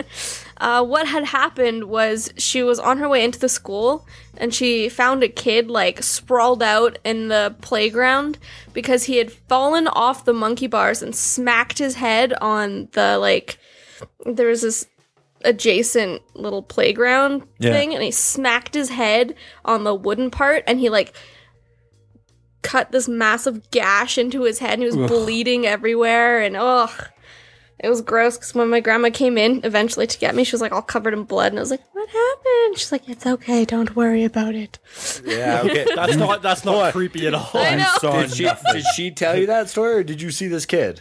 [LAUGHS] uh, what had happened was she was on her way into the school and she found a kid like sprawled out in the playground because he had fallen off the monkey bars and smacked his head on the like. There was this adjacent little playground Yeah. thing and he smacked his head on the wooden part and he like cut this massive gash into his head and he was Ugh. bleeding everywhere and ugh it was gross because when my grandma came in eventually to get me she was like all covered in blood and i was like what happened she's like it's okay don't worry about it there. Yeah. Okay. That's not that's not creepy at all. i [LAUGHS] know did she did she tell you that story, or did you see this kid?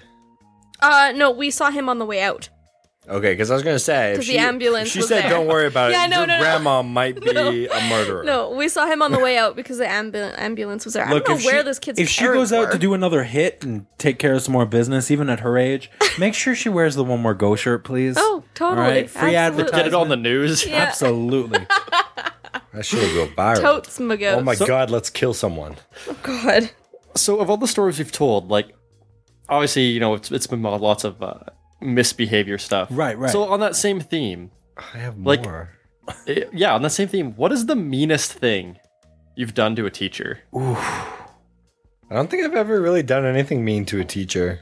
uh no we saw him on the way out Okay, because I was gonna say, if 'Cause the she, ambulance if She was said, there. "Don't worry about Yeah, it. no, Your no, no. grandma might [LAUGHS] be No. a murderer." no we saw him on the way out because the ambu- ambulance was there i don't know where this kid's if she parents goes out were. to do another hit and take care of some more business, even at her [LAUGHS] age, make sure she wears the one more go shirt, please. oh totally free absolutely. advertising. Get it on the news. Yeah. [LAUGHS] Absolutely. that should go viral. totes magos oh my god, let's kill someone. Oh god [LAUGHS] So of all the stories you've told, like obviously you know it's, it's been lots of uh, misbehavior stuff. Right, right. So on that same theme, I have Like- more. eh, yeah, on that same theme, what is the meanest thing you've done to a teacher? I don't think I've ever really done anything mean to a teacher.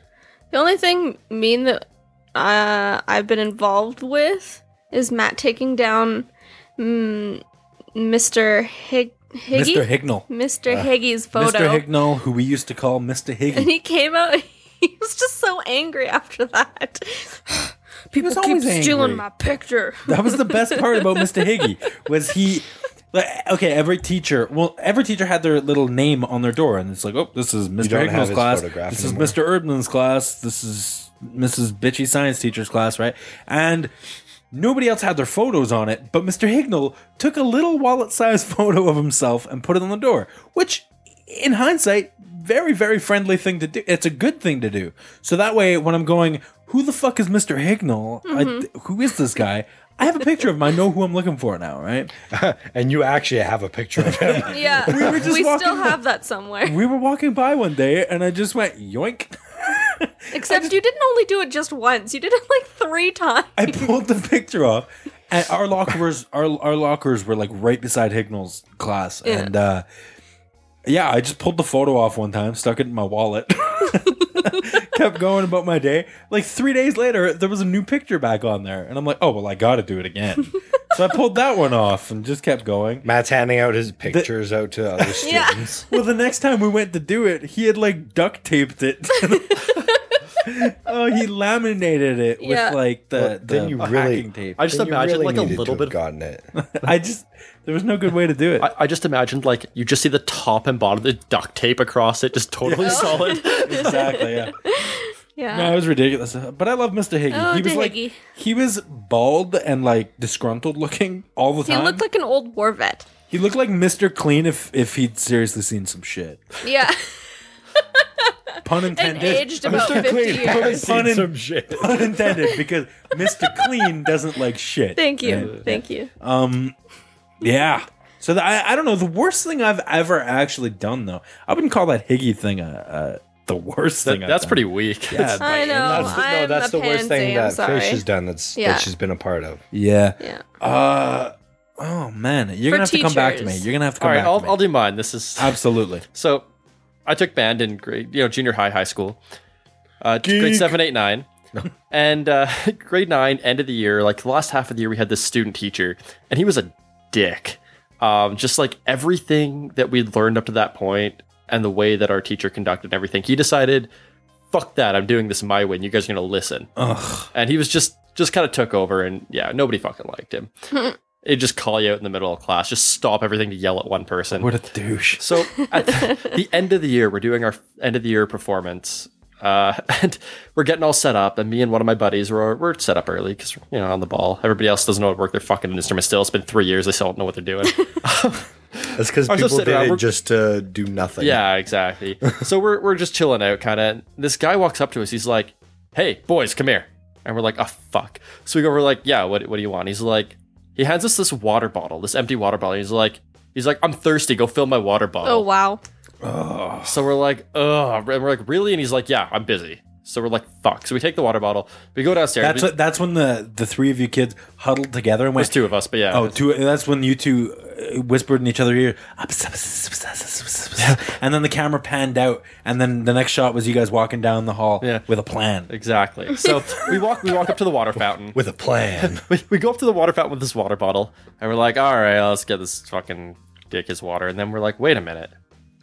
The only thing mean that uh, I've been involved with is Matt taking down mm, Mr. Hig- Higgy. Mr. Hignall. Mr. uh, Higgy's photo. Mr. Hignall, who we used to call Mr. [LAUGHS] and Higgy. [LAUGHS] he came out. He was just so angry after that. People keep always stealing angry. my [LAUGHS] [LAUGHS] picture. That was the best part about Mr. Higgy was he like okay, every teacher well, every teacher had their little name on their door and it's like, oh, this is Mr. don't have Hignall's his class. photograph This anymore. is Mr. Erdman's class. This is Mrs. Bitchy Science Teacher's class, right? And Nobody else had their photos on it, but Mr. Hignall took a little wallet sized [LAUGHS] photo of himself and put it on the door, which, in hindsight, very, very friendly thing to do. It's a good thing to do. So that way, when I'm going, who the fuck is Mr. Hignall? I, who is this guy? I have a picture of him. I know who I'm looking for now, right? And you actually have a picture of [LAUGHS] him. yeah, we, were just still walking- have [LAUGHS] that somewhere. We were walking by one day and I just went, yoink. Except you didn't only do it just once. You did it like three [LAUGHS] times. I pulled the picture off, and our lockers, our our lockers were like right beside Hignall's class, and uh, yeah, I just pulled the photo off one time, stuck it in my wallet, [LAUGHS] kept going about my day. Like three days later, there was a new picture back on there, and I'm like, oh well, I got to do it again. so I pulled that one off and just kept going. Matt's handing out his pictures out to other [LAUGHS] students. Well, the next time we went to do it, he had like duct taped it. [LAUGHS] to the- oh, he laminated it Yeah. with like the, Well, then the you really- packing tape. I just Then you imagine really like a needed to little have bit. Of, gotten [LAUGHS] it. I just there was no good way to do it. I, I just imagined like you just see the top and bottom, the duct tape across it, just [LAUGHS] totally solid. exactly. Yeah. Yeah. [LAUGHS] No, it was ridiculous. But I love Mr. Higgy. Oh, he was dear like Higgy. he was bald and like disgruntled looking all the He time. looked like an old war vet. he looked like Mr. Clean if if he'd seriously seen some shit. Yeah. [LAUGHS] Pun and intended. aged about 50 years. Pun, in- Some shit. Oh, pun intended because Mr. Clean doesn't like shit. Thank you. Thank you. Yeah. So the, I I don't know the worst thing I've ever actually done though. I wouldn't call that Higgy thing a, a the worst That- thing. I've that's done. pretty weak. Yeah. I know. That's the, I'm no, that's a the worst pansy, thing that I'm sorry. Fish has done. That's Yeah. that she's been a part of. Yeah. Yeah. Uh oh man, you're For gonna have to come back to me. teachers. You're gonna have to All come right, back. I'll, to me. I'll do mine. This is Absolutely. So, I took band in grade, you know, junior high, high school, uh, grade seven, eight, nine, [LAUGHS] and uh, grade nine, end of the year, like the last half of the year, we had this student teacher, and he was a dick. Um, just like everything that we'd learned up to that point, and the way that our teacher conducted everything, he decided, "Fuck that! I'm doing this my way, and you guys are gonna listen." Ugh. and he was just just kind of took over and yeah nobody fucking liked him it'd just call you out in the middle of class just stop everything to yell at one person What a douche. so at the, the end of the year we're doing our end of the year performance uh, [LAUGHS] and we're getting all set up and me and one of my buddies were, were set up early because you know on the ball everybody else doesn't know how to work their fucking instrument still it's been three years they still don't know what they're doing That's because I'm so people sit did around, it we're- just to do nothing. Yeah, exactly. so we're, we're just chilling out, kind of. This guy walks up to us. He's like, "Hey, boys, come here." And we're like, oh, fuck. So we go, we're like, yeah, what, what do you want? He's like, he hands us this water bottle, this empty water bottle. He's like, he's like, I'm thirsty. Go fill my water Oh bottle. wow. So we're like, oh, and we're like, really? And he's like, yeah, I'm busy. So we're like, fuck. So we take the water bottle. We go downstairs. That's we, what, that's when the the three of you kids huddled together and there's went. two of us, but yeah. Oh, two. That's when you two uh, whispered in each other's ear, and then the camera panned out, and then the next shot was you guys walking down the hall Yeah. with a plan. [LAUGHS] exactly. So we walk, we walk up to the water fountain. With a plan. we, we go up to the water fountain with this water bottle, and we're like, all right, let's get this fucking dick his water. And then we're like, wait a minute,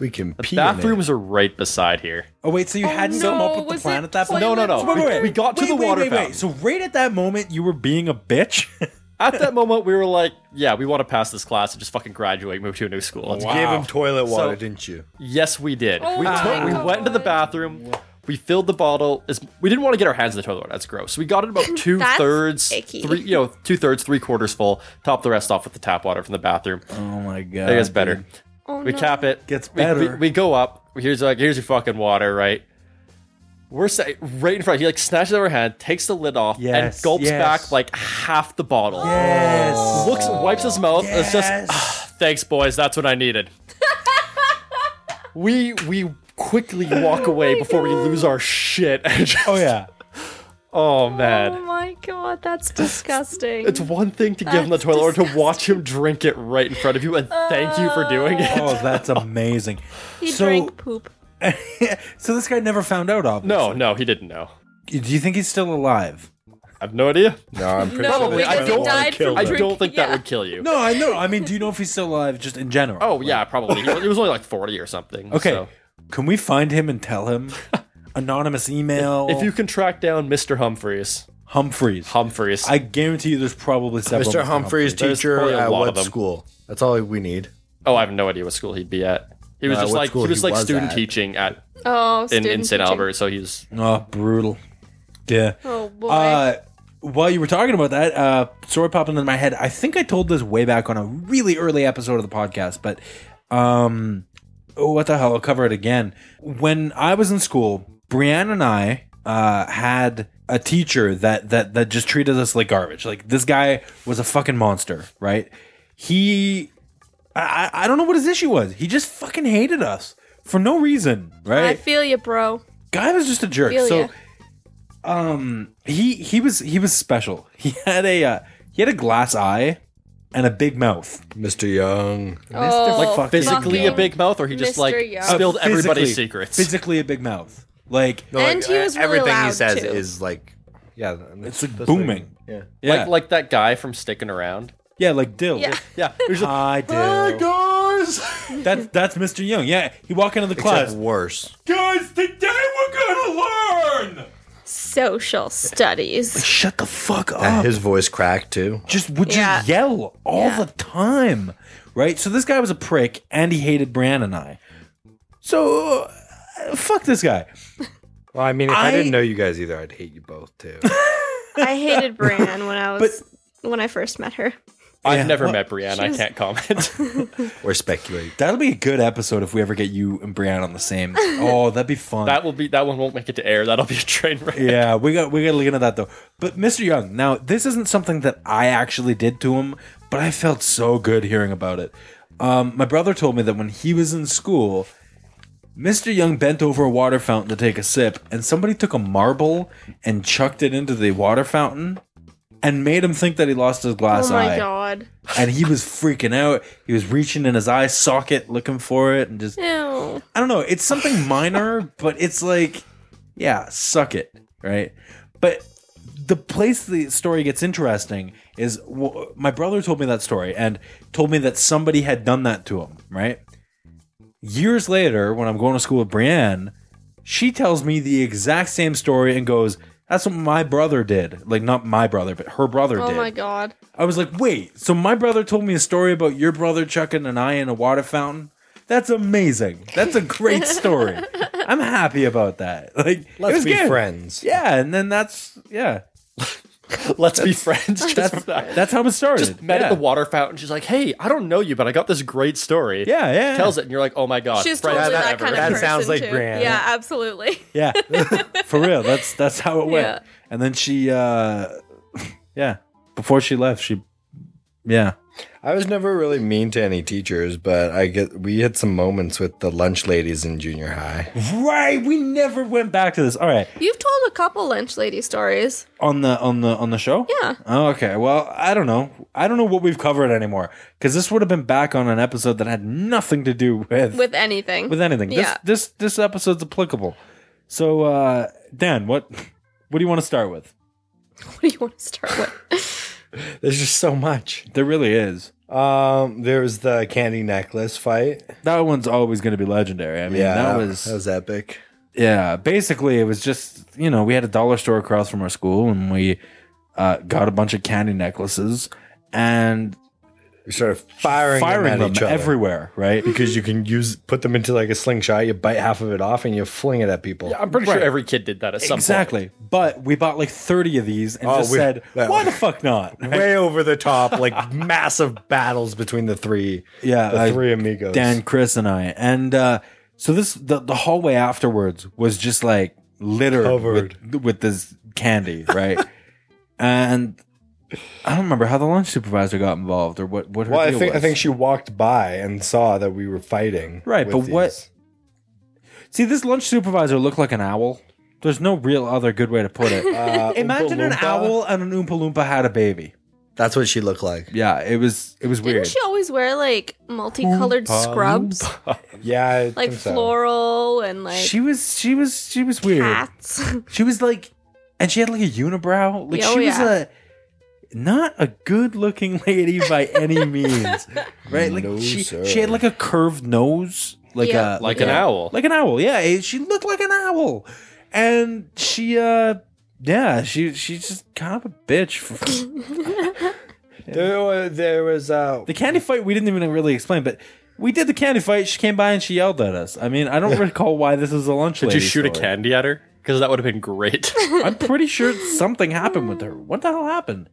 We can the pee in it. bathrooms are right beside here. Oh wait, so you hadn't no, come up with the was plan it at that point? No, no, no. So wait, wait, wait. We got to Wait, the wait, water wait, wait. fountain. So right at that moment, you were being a bitch. [LAUGHS] At that moment, we were like, yeah, we want to pass this class and just fucking graduate, move to a new school. Let's Gave him toilet water, So- didn't you? Yes, we did. Oh we, my took, we God. went into the bathroom. We filled the bottle. As, we didn't want to get our hands in the toilet water. That's gross. We got [LAUGHS] it about two That's thirds, icky. three, you know, two thirds, three quarters full. Top the rest off with the tap water from the bathroom. oh my god, I think it's better. Oh, We no. cap it. Gets We- we- better. We, go up. Here's like here's your fucking water, right? We're sa- right in front. He like snatches our hand, takes the lid off, Yes, and gulps yes. back like half the bottle. Yes. Looks, wipes his mouth. It's just Yes. "Ah, thanks, boys. That's what [LAUGHS] I needed. we we quickly walk Oh away before we lose our shit. [LAUGHS] and just- Oh yeah. Oh Oh man. my god, [LAUGHS] that's disgusting. It's one thing to give him the That's toilet or to watch him drink it right in front of you, and thank you for doing it. [LAUGHS] Oh, that's amazing. [LAUGHS] he so- drank poop. so this guy never found out, obviously. No, no, he didn't know. Do you think he's still alive? I have no idea. No, I'm pretty No, sure Probably. they I because he don't wanna died kill from I them. drink- don't think that yeah. would kill you. No, I know. I mean, do you know if he's still alive, just in general? Oh yeah, probably. He was he was only like forty or something. Okay. so. Can we find him and tell [LAUGHS] him? Anonymous email. If you can track down Mr. Humphreys, Humphreys. Humphreys, I guarantee you, there's probably several. Mr. Humphrey's There's teacher probably a at lot of what them. school? That's all we need. Oh, I have no idea what school he'd be at. He was Uh, just what like he school was he like was student at. teaching at Oh, in, in student St. teaching. Albert, so he's Oh, brutal. Yeah. Oh boy. Uh, while you were talking about that, uh, story popped into my head. I think I told this way back on a really early episode of the podcast, but um, oh, what the hell? I'll cover it again. When I was in school, Brianne and I uh, had a teacher that that that just treated us like garbage. Like this guy was a fucking monster, right? He, I, I I don't know what his issue was. He just fucking hated us for no reason, right? I feel you, bro. guy was just a jerk. Feel so ya. um he he was he was special. He had a uh, he had a glass eye and a big mouth. Mr. Young. Oh, Like, fuck, physically a fucking- big mouth, or he just Mr. like Young. spilled Uh, physically- everybody's secrets. Physically a big mouth. Like No, And he uh, was really everything he loud, says too. is like yeah, it's like that's booming. yeah. Yeah. Like like that guy from Sticking Around. yeah, like Dill. Yeah. Yeah, he was just- Hi Dill. guys. That's that's Mr. Young. Yeah, he walk into the Except class. worse. Guys, today we're gonna learn. social [LAUGHS] studies. Shut the fuck up. And his voice cracked too. just would just yell all the time, right? So this guy was a prick, and he hated Bran and I. So uh, fuck this guy. Well, I mean, if I didn't I- know you guys either, I'd hate you both too. I hated Bran when I was when I first met her. I've Yeah, never well, met Brienne. I she's- can't comment. [LAUGHS] or speculate. That'll be a good episode if we ever get you and Brian on the same. Oh, that'd be fun. that will be that one won't make it to air. That'll be a train wreck. yeah, we got we got to look into that though. But Mr. Young, now this isn't something that I actually did to him, but I felt so good hearing about it. Um, my brother told me that when he was in school, Mr. Young bent over a water fountain to take a sip, and somebody took a marble and chucked it into the water fountain, and made him think that he lost his glass oh my eye. god. And he was freaking out. He was reaching in his eye socket looking for it, and just Ew. I don't know. It's [LAUGHS] something minor, but it's like, yeah, suck it, right? But the place the story gets interesting is w my brother told me that story and told me that somebody had done that to him, right? Years later, when I'm going to school with Brienne, she tells me the exact same story and goes, "That's what my brother did." Like not my brother, but her brother Oh did. my god. I was like, wait, so my brother told me a story about your brother chucking an eye in a water fountain? That's amazing. That's a [LAUGHS] great story. I'm happy about that. [LAUGHS] Like, it Let's was be good. friends. [LAUGHS] Yeah, and then that's yeah. Let's be friends. Just from that. That's how it started. Just met at the water fountain. She's like, "Hey, I don't know you, but I got this great story." Yeah, yeah, yeah. Tells it, and you're like, "Oh my god, She's friends totally that, forever." kind of That person. sounds like too. Brianna. Yeah, [LAUGHS] absolutely. yeah, [LAUGHS] for real. That's that's how it went. Yeah. And then she, uh [LAUGHS] yeah, before she left, she, yeah, I was never really mean to any teachers, but I get we had some moments with the lunch ladies in junior high. right. We never went back to this. All right, You've told a couple lunch lady stories. on the on the on the show. Yeah. Oh, okay. Well, I don't know. I don't know what we've covered anymore because this would have been back on an episode that had nothing to do with With anything. with anything. Yeah. This this this episode's applicable. So, uh Dan, what what do you want to start with? [LAUGHS] what do you want to start with? [LAUGHS] There's just so much. There really is. Um, there was the candy necklace fight. That one's always going to be legendary. I mean, that was, that was epic. yeah. Basically, it was just you know we had a dollar store across from our school, and we uh, got a bunch of candy necklaces and We started firing, firing them, them, at each other. everywhere. Right? because you can use put them into like a slingshot. You bite half of it off and you fling it at people. I'm pretty Right. sure every kid did that at some point. Exactly. But we bought like 30 of these and Oh, just we- said, that- why the fuck [LAUGHS] not? Way over the top, like [LAUGHS] massive battles between the three, Yeah. the I- three amigos. Dan, Chris, and I. And uh, so this, the, the hallway afterwards was just like littered Covered. with, with this candy, right? [LAUGHS] and I don't remember how the lunch supervisor got involved or what, what her well, I deal think I was. think she walked by and saw that we were fighting. Right, with but what- these. See, this lunch supervisor looked like an owl. There's no real other good way to put it. [LAUGHS] [LAUGHS] Uh, Imagine Oompa an Loompa? owl and an Oompa Loompa had a baby. That's what she looked like. Yeah, it was it was Didn't weird. she always wear like multicolored scrubs? Yeah, I Like think so. floral and like she was she was she was weird. hats. She was like, and she had like a unibrow. Like Yeah, oh she was yeah. a not a good looking [LAUGHS] lady by [LAUGHS] any means, right? Like No, she sir. she had like a curved nose, like a Yeah. Like an Yeah. owl. like an owl. Yeah, eh, she looked like an owl, and she uh yeah she she's just kind of a bitch. [LAUGHS] for- There was, there was uh, the candy fight we didn't even really explain, but. We did the candy fight. She came by and she yelled at us. I mean, I don't recall why this is a lunch. Did you lady shoot a story. candy at her? Because that would have [LAUGHS] been great. I'm pretty sure something happened with her. What the hell happened?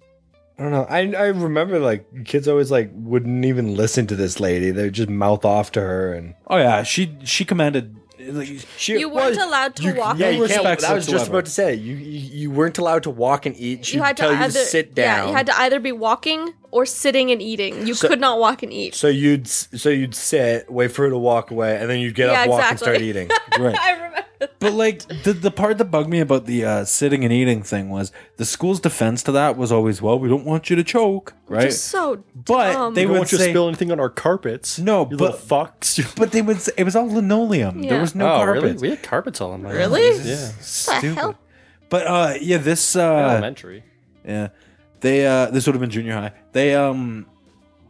I don't know. I I remember like kids always like wouldn't even listen to this lady. They would just mouth off to her and Oh yeah, she she commanded. Like, she you weren't allowed to walk yeah, on you the can't- street. respect I was just whatsoever. about to say you, you you weren't allowed to walk and eat. She would tell you to sit down. Yeah, you had to either be walking or sitting and eating. You So- could not walk and eat. So you'd s- so you'd sit, wait for her to walk away, and then you'd get Yeah, up, walk, exactly. and [LAUGHS] start eating. right. I remember. But like the the part that bugged me about the uh, sitting and eating thing was the school's defense to that was always, well, we don't want you to choke, right? Just so but dumb. they We don't would want you to say, spill anything on our carpets. No, you but- little fucks. [LAUGHS] You- but they would. Say, it was all linoleum. There Yeah. was no oh, carpet. really? We had carpets all in my Really? Yeah. Stupid. hell? But uh, yeah, this uh, Elementary. yeah, they uh, this would have been junior high. They um,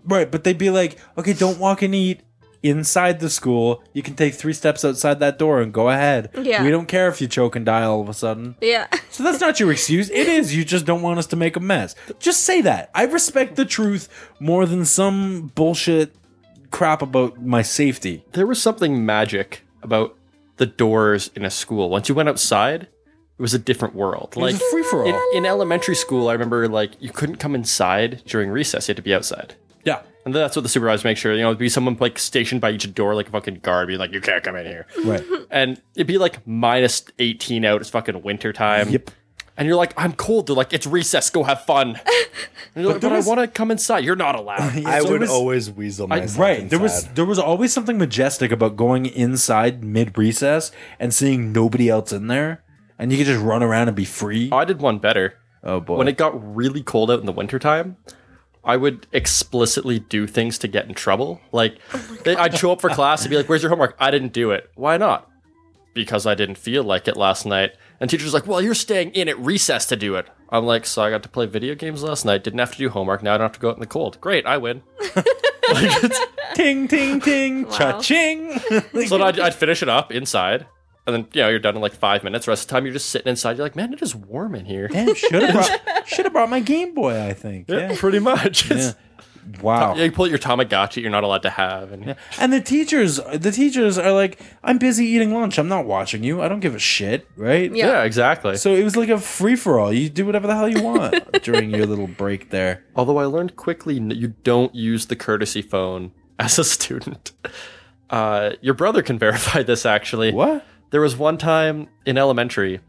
right, but they'd be like, okay, don't walk and eat inside the school. You can take three steps outside that door and go ahead. Yeah. we don't care if you choke and die all of a sudden. yeah. So that's not your excuse. It is. You just don't want us to make a mess. Just say that. I respect the truth more than some bullshit crap about my safety. there was something magic about the doors in a school. Once you went outside, it was a different world. Like Like free for in, all. in elementary school, I remember like you couldn't come inside during recess; you had to be outside. Yeah. And that's what the supervisor makes sure. You know, it'd be someone like stationed by each door, like a fucking guard, being like, "You can't come in [LAUGHS] here." Right. And it'd be like minus eighteen out. It's fucking winter time. Yep. And you're like, "I'm cold." They're like, "It's recess. Go [LAUGHS] have fun." And you're like, there "But I was- want to come inside." You're not [LAUGHS] allowed. Yeah, I so it would was- always weasel myself. Right. There was inside. there was always something majestic about going inside mid recess and seeing nobody else in there, and you could just run around and be free. I did one better. Oh boy. when it got really cold out in the wintertime, I would explicitly do things to get in trouble. Like, they- I'd show up for class and be like, Where's your homework? I didn't do it. Why not? Because I didn't feel like it last night. And teacher's like, Well, you're staying in at recess to do it. I'm like, So I got to play video games last night, didn't have to do homework. Now I don't have to go out in the cold. Great, I win. ting ting ting cha [LAUGHS] ching. So then I'd, I'd finish it up inside. And then, you know, you're done in like five minutes. Rest of the time, you're just sitting inside. You're like, Man, it is warm in here. Damn, should have brought, should have brought my Game Boy. I think. Yeah. [LAUGHS] Pretty much. Yeah. Yeah, Wow. you pull out your Tamagotchi you're not allowed to have. And And the teachers, the teachers are like, I'm busy eating lunch. I'm not watching you. I don't give a shit, right? Yeah. yeah, exactly. So it was like a free for all. You do whatever the hell you want during your little break there. Although I learned quickly, n- you don't use the courtesy phone [LAUGHS] as a student. Uh, your brother can [LAUGHS] verify this actually. What? There was one time in elementary,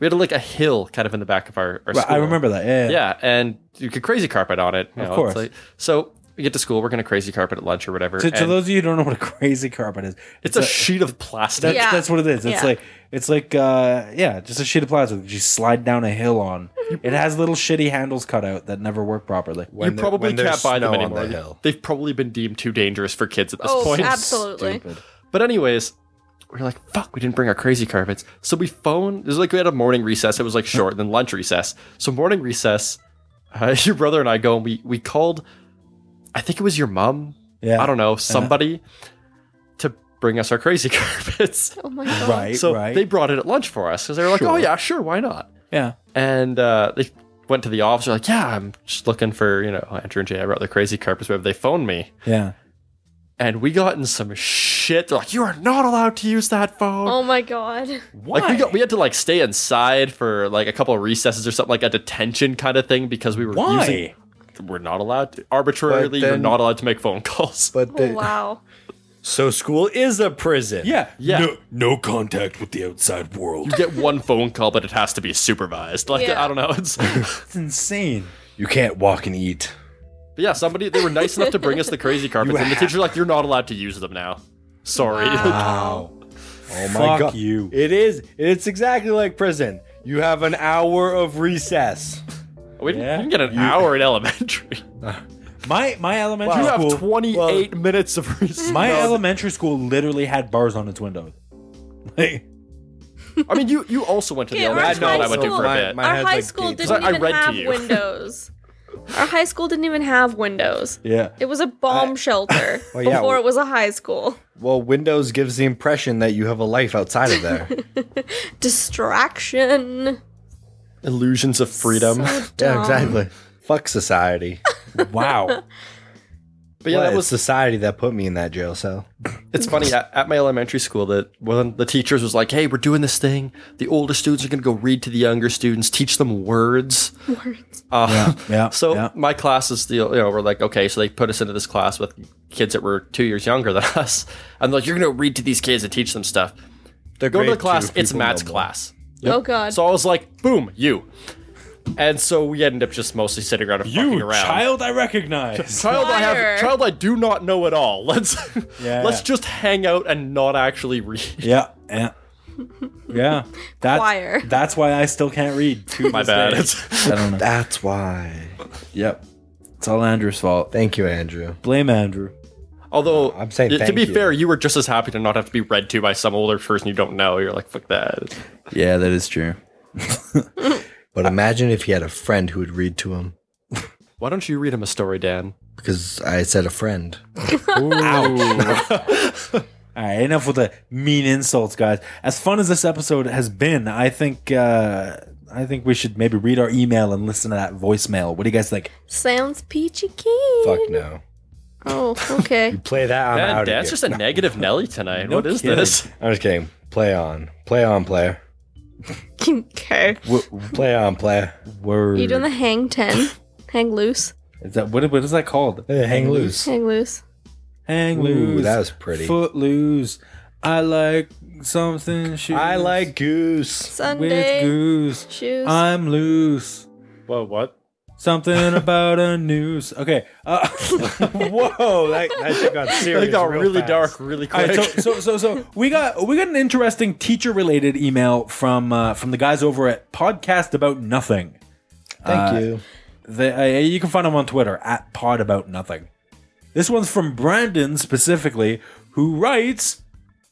we had like a hill kind of in the back of our, our Right, school. I remember that. Yeah. Yeah, and you could crazy carpet on it. you Of know, it's course. like- so we get to school, we're going to crazy carpet at lunch or whatever. To, to and those of you who don't know what a [LAUGHS] crazy carpet is, it's a, sheet of plastic. That's, Yeah. that's what it is. It's Yeah. like it's like uh yeah, just a sheet of plastic that you slide down a hill [LAUGHS] on. It has little shitty handles cut out that never work properly. When you there- probably when there's can't buy them snow on anymore. the hill. They've probably been deemed too dangerous for kids at this [LAUGHS] Oh, point. absolutely. But anyways, we are like, fuck, we didn't bring our crazy carpets. So we phoned. It was like we had a morning recess. It was like short, and then lunch recess. So morning recess, uh, [LAUGHS] your brother and I go and we we called. I think it was your mom. Yeah. Uh-huh. I don't know somebody to bring us our crazy [LAUGHS] carpets. Oh my god. Right, so right. they brought it at lunch for us because they were like, Sure. oh yeah, sure, why not? yeah. And uh, they went to the office. They're like, yeah, I'm just looking for you know Andrew and Jay. I brought the crazy carpets. Whatever. They phoned me. Yeah. And we got in some shit. They're like, you are not allowed to use that phone. Oh my god. Like we got, we had to like stay inside for like a couple of recesses or something, like a detention kind of thing, because we were Why? using. We're not allowed to, arbitrarily. But you're then- not allowed to make phone calls. [LAUGHS] But Oh, the, wow. so school is a prison. Yeah. Yeah. No, no contact with the outside world. [LAUGHS] you get one phone call, but it has to be supervised. Like Yeah. I don't know. It's but That's insane. You can't walk and eat. yeah. Somebody they were nice enough to bring [LAUGHS] us the crazy carpets, and the teacher like, you're not allowed to use them now. Sorry. Wow. Oh Fuck you. It is. It's exactly like prison. You have an hour of recess. [LAUGHS] we, didn't, we Yeah. didn't get an hour in [LAUGHS] elementary. My my elementary You school have 28 minutes of recess. my No, elementary school literally had bars on its windows. Like, I mean, you you also went to the Yeah, our elementary school high that I went to school- for a my- bit. my- Our head's high like school deep. didn't I- I even read to have you. windows. Our high school didn't even have windows. [LAUGHS] yeah. It was a bomb shelter Well, yeah, before well- it was a high school. Well, Windows gives the impression that you have a life outside of there. Distraction. [LAUGHS] illusions of freedom. So yeah, dumb. exactly. Fuck society. Wow. [LAUGHS] But yeah, Well, that it's was society that put me in that jail cell. It's funny at, at my elementary school that when the teachers was like, "Hey, we're doing this thing. The older students are going to go read to the younger students, teach them words." Words. Uh, yeah, [LAUGHS] So yeah. my classes, you know, were like, okay, so they put us into this class with kids that were two years younger than [LAUGHS] us, and they're like, you're going to read to these kids and teach them stuff. They're Go to the grade class. two It's people Matt's know more. class. Oh god. So I was like, boom, you. And so we ended up just mostly sitting around and fucking you around. child I [LAUGHS] recognize. Child I Liar. have child I do not know at all. [LAUGHS] Let's Yeah. let's just hang out and not actually read. Yeah, yeah, [LAUGHS] yeah. That, Choir. That's why I still can't read. To [LAUGHS] My this bad. day. It's- I don't know. That's why. Yep, [LAUGHS] it's all Andrew's fault. Thank you, Andrew. Blame Andrew. [LAUGHS] although I'm saying y- to thank be you. fair, you were just as happy to not have to be read to by some older person you don't know. You're like, fuck that. Yeah, that is true. But imagine if he had a friend who would read to him. Why don't you read him a story, Dan? Because I said a friend. All right, enough with the mean insults, guys. As fun as this episode has been, I think uh, I think we should maybe read our email and listen to that voicemail. What do you guys think? Sounds peachy keen. Fuck no. Oh, okay. Play that. I'm Dan, out Dan's of just here. a negative Nelly tonight. No what is kidding. [LAUGHS] this? I'm just kidding. Play on. Play on, player. okay. Play on, player. Word. You doing the hang ten? Hang loose. is that what? What is that called? Hey, hang loose. Hang loose. Hang Ooh, loose. that was pretty. Foot loose. I like something. Shoes. I like goose. with Uh, Sunday goose. shoes. I'm loose. Whoa, what? Something about a noose. Okay. Uh, [LAUGHS] Whoa, that, that shit [LAUGHS] got serious. It got real really fast. dark really all quick. right, so, so [LAUGHS] so so we got we got an interesting teacher related email from uh, from the guys over at Podcast About Nothing. Thank you. The, uh, you can find them on Twitter at Pod About Nothing. This one's from Brandon specifically, who writes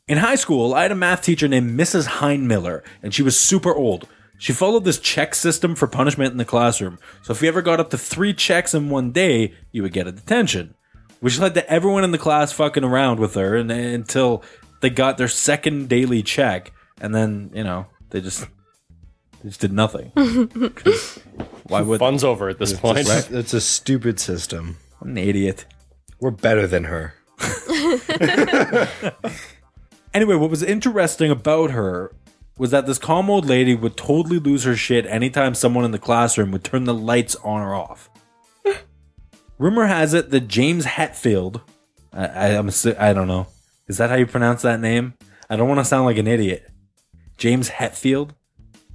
In high school, I had a math teacher named Mrs. Heinmiller, and she was super old. She followed this check system for punishment in the classroom. So if you ever got up to three checks in one day, you would get a detention. Which led to everyone in the class fucking around with her and, until they got their second daily check. And then, you know, they just, they just did nothing. 'Cause why would Fun's over at this point. It's a stupid system. What an idiot. We're better than her. Anyway, what was interesting about her was that this calm old lady would totally lose her shit anytime someone in the classroom would turn the lights on or off. Rumor has it that James Hetfield, I, I, I'm, assu- I don't know, is that how you pronounce that name? I don't want to sound like an idiot. James Hetfield?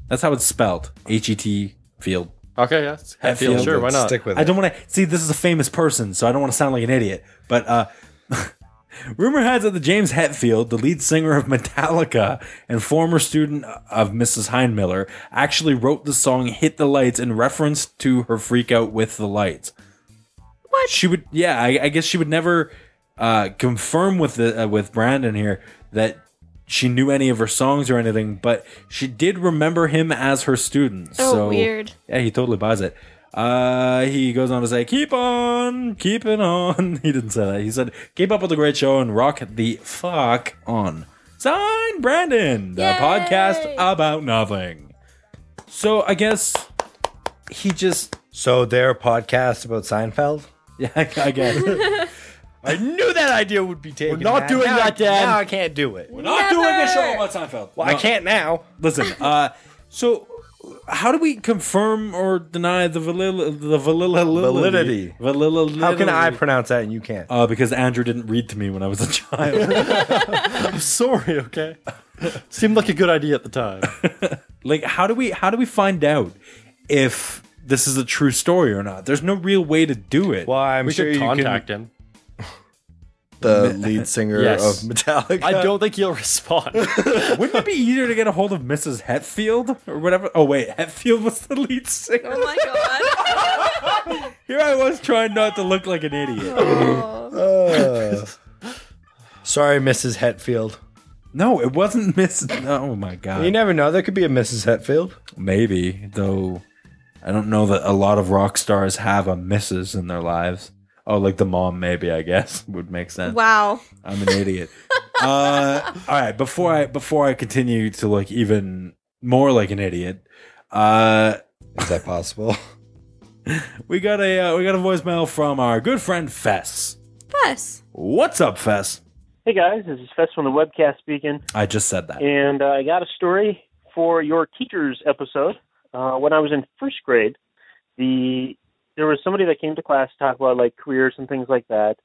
That's how it's spelled. H E T field. [LAUGHS] Okay, yeah. it's Hatfield, Hatfield, sure, why Let's not? Stick with I it. don't want to see. This is a famous person, so I don't want to sound like an idiot. But uh, [LAUGHS] rumor has it that James Hetfield, the lead singer of Metallica and former student of Mrs. Heinmiller, actually wrote the song "Hit the Lights" in reference to her freak out with the lights. What? she would? Yeah, I, I guess she would never uh, confirm with the uh, with Brandon here that she knew any of her songs or anything, but she did remember him as her student. Oh, so weird. yeah, he totally buys it. Uh, he goes on to say, "Keep on, keeping on." [LAUGHS] He didn't say that. He said, "Keep up with the great show and rock the fuck on." Sign Brandon, the Yay! podcast about nothing. So I guess he just So their podcast about Seinfeld. [LAUGHS] yeah, I, I guess we're I knew that idea would be taken. We're not doing that, Dad. Now I can't do it. Well, not doing a show about Seinfeld. I No. can't now. Listen, uh, so how do we confirm or deny the validity? The validity. Validity. Validity. How can I pronounce that and you can't? Uh, because Andrew didn't read to me when I was a [LAUGHS] child. I'm [LAUGHS] sorry, okay? Seemed like a good idea at the time. like, how do we how do we find out if this is a true story or not? There's no real way to do it. Well, I'm we sure should you contact can. him. The lead singer Yes. of Metallica. [LAUGHS] I don't think he'll respond. Wouldn't it be easier to get a hold of Mrs. Hetfield or whatever? Oh wait, Hetfield was the lead singer. Oh my god. Here I was trying not to look like an idiot. [LAUGHS] Oh. Uh, [LAUGHS] sorry, Mrs. Hetfield. No, it wasn't Miss. Oh my god. You never know. There could be a Mrs. Hetfield. Maybe though, I don't know that a lot of rock stars have a Mrs. in their lives. Oh, like the mom, maybe I guess [LAUGHS] would make sense. Wow. I'm an idiot. uh, all right, before I before I continue to look even more like an idiot, uh, Is that possible? we got a uh, we got a voicemail from our good friend Fess. Yes. What's up, Fess? [LAUGHS] Hey guys, this is Fest from the webcast speaking, I just said that. and uh, I got a story for your teachers episode. Uh, when I was in first grade, the there was somebody that came to class to talk about like careers and things like that,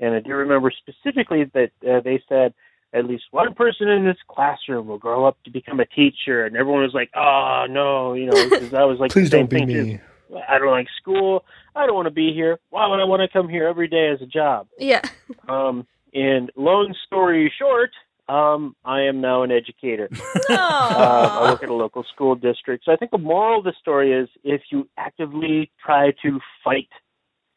and I do remember specifically that uh, they said at least one person in this classroom will grow up to become a teacher, and everyone was like, "Oh no," you know, because I was like, [LAUGHS] Please the same don't be thing, too. me. I don't like school. I don't want to be here. Why would I want to come here every day as a job? Yeah. Um, and long story short, um, I am now an educator. Um, I Oh. work at a local school district. So I think the moral of the story is if you actively try to fight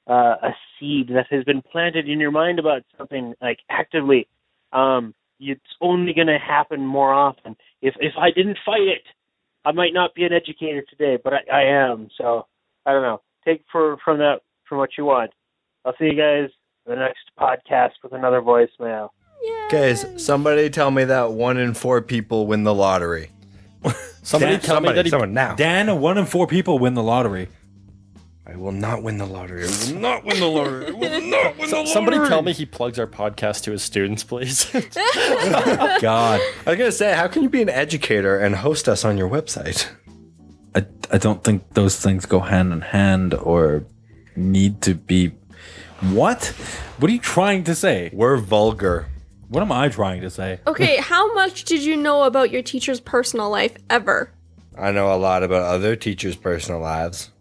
uh, a seed that has been planted in your mind about something, like actively, um, it's only going to happen more often. If if I didn't fight it, I might not be an educator today, but I, I am. So I don't know. Take for from that from what you want. I'll see you guys in the next podcast with another voicemail. Guys, somebody tell me that one in four people win the [LAUGHS] lottery. Somebody Dan- tell me that he someone now. Dan, one in four people win the lottery. I will not win the lottery. I will not win the lottery. I [LAUGHS] will not win the lottery. Somebody tell me he plugs our podcast to his students, please. [LAUGHS] God, I was gonna say, how can you be an educator and host us on your website? I, I don't think those things go hand in hand or need to be. What? What are you trying to say? We're vulgar. What am I trying to say? [LAUGHS] Okay, how much did you know about your teacher's personal life ever? I know a lot about other teachers' personal lives.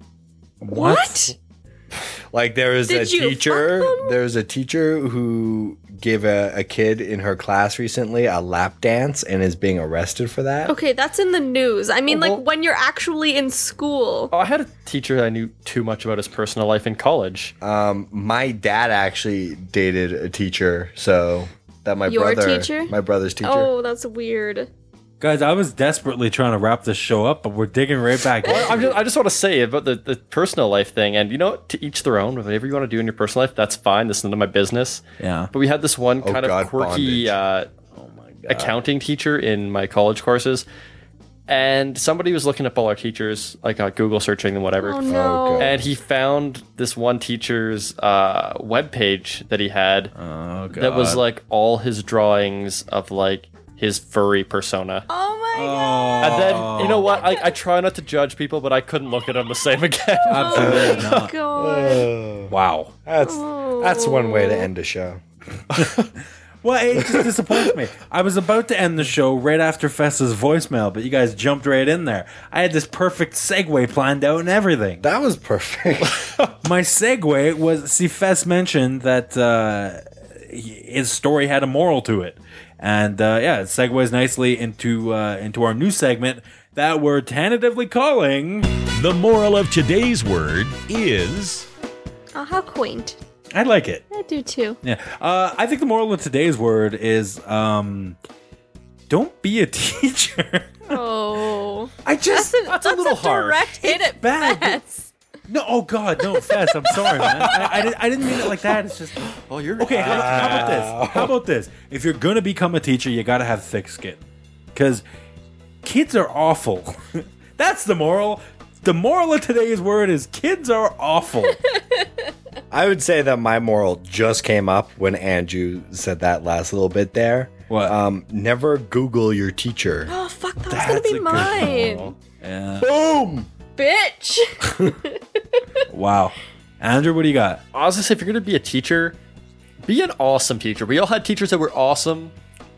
Like there was Did a you fuck teacher. them? There was a teacher who gave a, a kid in her class recently a lap dance and is being arrested for that. Okay, that's in the news. I mean, Well- like when you're actually in school. Oh, I had a teacher I knew too much about his personal life in [LAUGHS] college. Um, my dad actually dated a teacher, so that my Your brother, teacher? my brother's teacher. Oh, that's weird. Guys, I was desperately trying to wrap this show up, but we're digging right back Well, I'm in. just, I just want to say about the, the personal life thing, and you know, what? to each their own. Whatever you want to do in your personal life, that's fine. That's none of my business. Yeah. But we had this one Oh, kind God, of quirky uh, accounting teacher in my college courses, and somebody was looking up all our teachers, like uh, Google searching and whatever. Oh no. And he found this one teacher's uh, webpage that he had Oh, God. that was like all his drawings of like his furry persona. Oh my Oh. And then you know what? I, I try not to judge people, but I couldn't look at them the same again. Absolutely not. god. Wow. That's that's one way to Oh. end a show. Well, it just disappoints me. I was about to end the show right after Fessa's voicemail, but you guys jumped right in there. I had this perfect segue planned out and everything. That was [LAUGHS] perfect. My segue was see, Fess mentioned that uh, his story had a moral to it, and uh, yeah, it segues nicely into uh, into our new segment that we're tentatively calling. The moral of today's word is Oh, how quaint. I like it. I do too. Yeah. Uh, I think the moral of today's word is um, don't be a [LAUGHS] teacher. Oh. I just That's, an, that's a little harsh. direct hit at bad, but- Fess. No, oh God, no, Fess, I'm sorry, man. I, I, didn't, I didn't mean it like that. It's just oh, you're okay. How, how about this? How about this? If you're gonna become a teacher, you gotta have thick skin, because kids are awful. [LAUGHS] That's the moral. The moral of today's word is kids are [LAUGHS] awful. I would say that my moral just came up when Andrew said that last little bit there. What? Um, never Google your teacher. Oh fuck, that was gonna That's a be good mine. moral. Yeah. Boom. Bitch. [LAUGHS] Wow. Andrew, what do you got? Honestly, if you're gonna be a teacher, be an awesome teacher. We all had teachers that were awesome,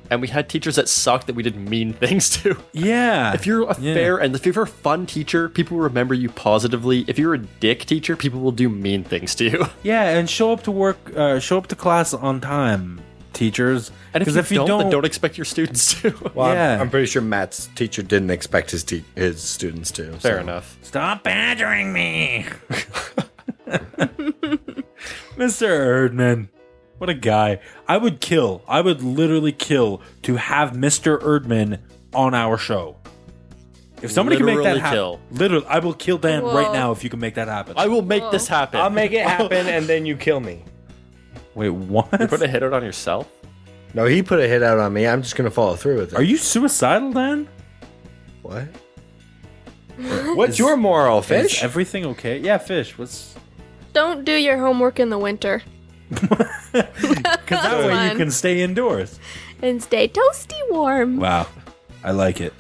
and we had teachers that sucked that we did mean [LAUGHS] things to. Yeah. If you're a Yeah. fair and if you're a fun teacher, people will remember you positively. If you're a dick teacher, people will do mean things to you. [LAUGHS] yeah, and show up to work, uh, show up to class on time, teachers. And if 'Cause you, don't, then don't expect your students to. Well, I'm- Yeah. I'm, pretty sure Matt's teacher didn't expect his te- his students to. Fair so. enough. Stop badgering [LAUGHS] me. Mr. Erdman. What a guy. I would kill, I would literally kill to have Mr. Erdman on our show. If somebody can Literally make that happen, kill. literally, I will kill Dan right Whoa. now if you can make that happen. I will make this happen. [LAUGHS] I'll make it happen, and then you kill me. Wait, what? You put a hit out on yourself. No, he put a hit out on me. I'm just gonna follow through with it. Are you suicidal, Dan? what? What's your moral, Is fish? everything okay? Yeah, fish. What's Don't do your homework in [LAUGHS] the winter. because that way you Fun. can stay indoors. And stay toasty warm. Wow. I like it.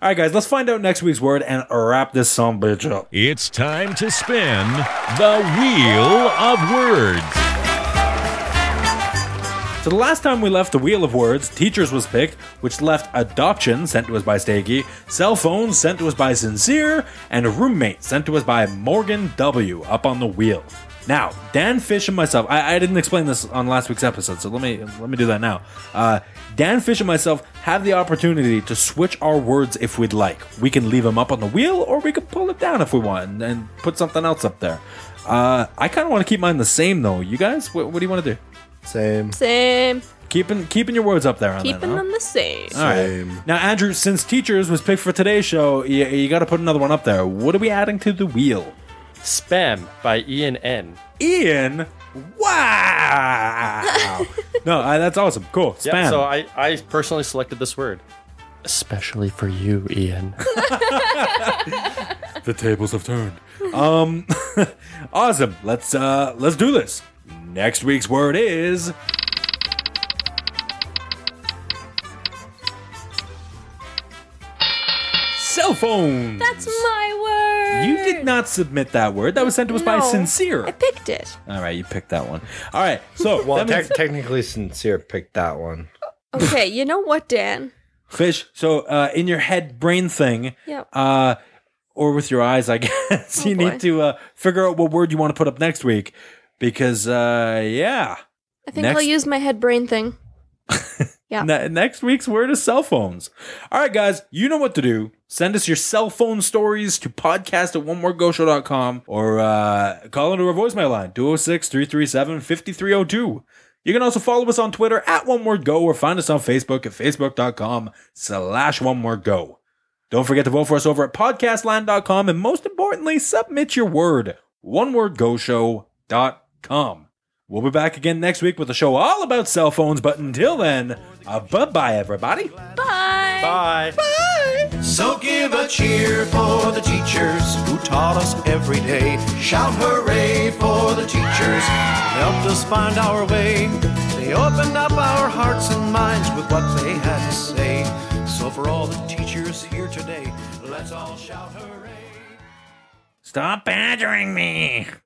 All right, guys, let's find out next week's word and wrap this song bitch up. It's time to spin the wheel of words. So the last time we left the Wheel of Words, Teachers was picked, which left Adoption, sent to us by Stakey, Cell Phone, sent to us by Sincere, and Roommate, sent to us by Morgan W, up on the wheel. Now, Dan Fish and myself, I, I didn't explain this on last week's episode, so let me let me do that now. Uh, Dan Fish and myself have the opportunity to switch our words if we'd like. We can leave them up on the wheel, or we can pull it down if we want and, and put something else up there. Uh, I kind of want to keep mine the same though. You guys, what, what do you want to do? Same. Same. Keeping keeping your words up there on that. Keeping huh? them the same. All right. Same. Now, Andrew, since teachers was picked for today's show, you, you got to put another one up there. What are we adding to the wheel? Spam by Ian N. Ian. [LAUGHS] Wow. no, I, that's awesome. Cool. Spam. Yeah, so I, I personally selected this word. Especially for you, Ian. the tables have turned. Um, [LAUGHS] awesome. Let's uh, let's do this. Next week's word is cell phone. That's my word. You did not submit that word. That was sent to us by No. Sincere. I picked it. All right, you picked that one. All right, so Well, that means- tec- technically, sincere picked that one. Okay, you know what, Dan? fish. So uh, in your head brain thing, Yep. uh, or with your eyes, I [LAUGHS] guess Oh, you boy. need to uh, figure out what word you want to put up next week, because uh, yeah, I think I'll next- use my head brain thing. Yeah. Ne- next week's word is cell phones. All right, guys, you know what to do. Send us your cell phone stories to podcast at one more show.com or uh, call into our voicemail line 206 337 5302. You can also follow us on Twitter at one word go or find us on Facebook at facebook.com slash one word go. Don't forget to vote for us over at podcastland.com and most importantly, submit your word. One word go show.com. We'll be back again next week with a show all about cell phones, but until then, uh, bye bye, everybody. Bye. Bye. So give a cheer for the teachers who taught us every day. Shout hooray for the teachers who helped us find our way. They opened up our hearts and minds with what they had to say. So for all the teachers here today, let's all shout hooray. Stop badgering me.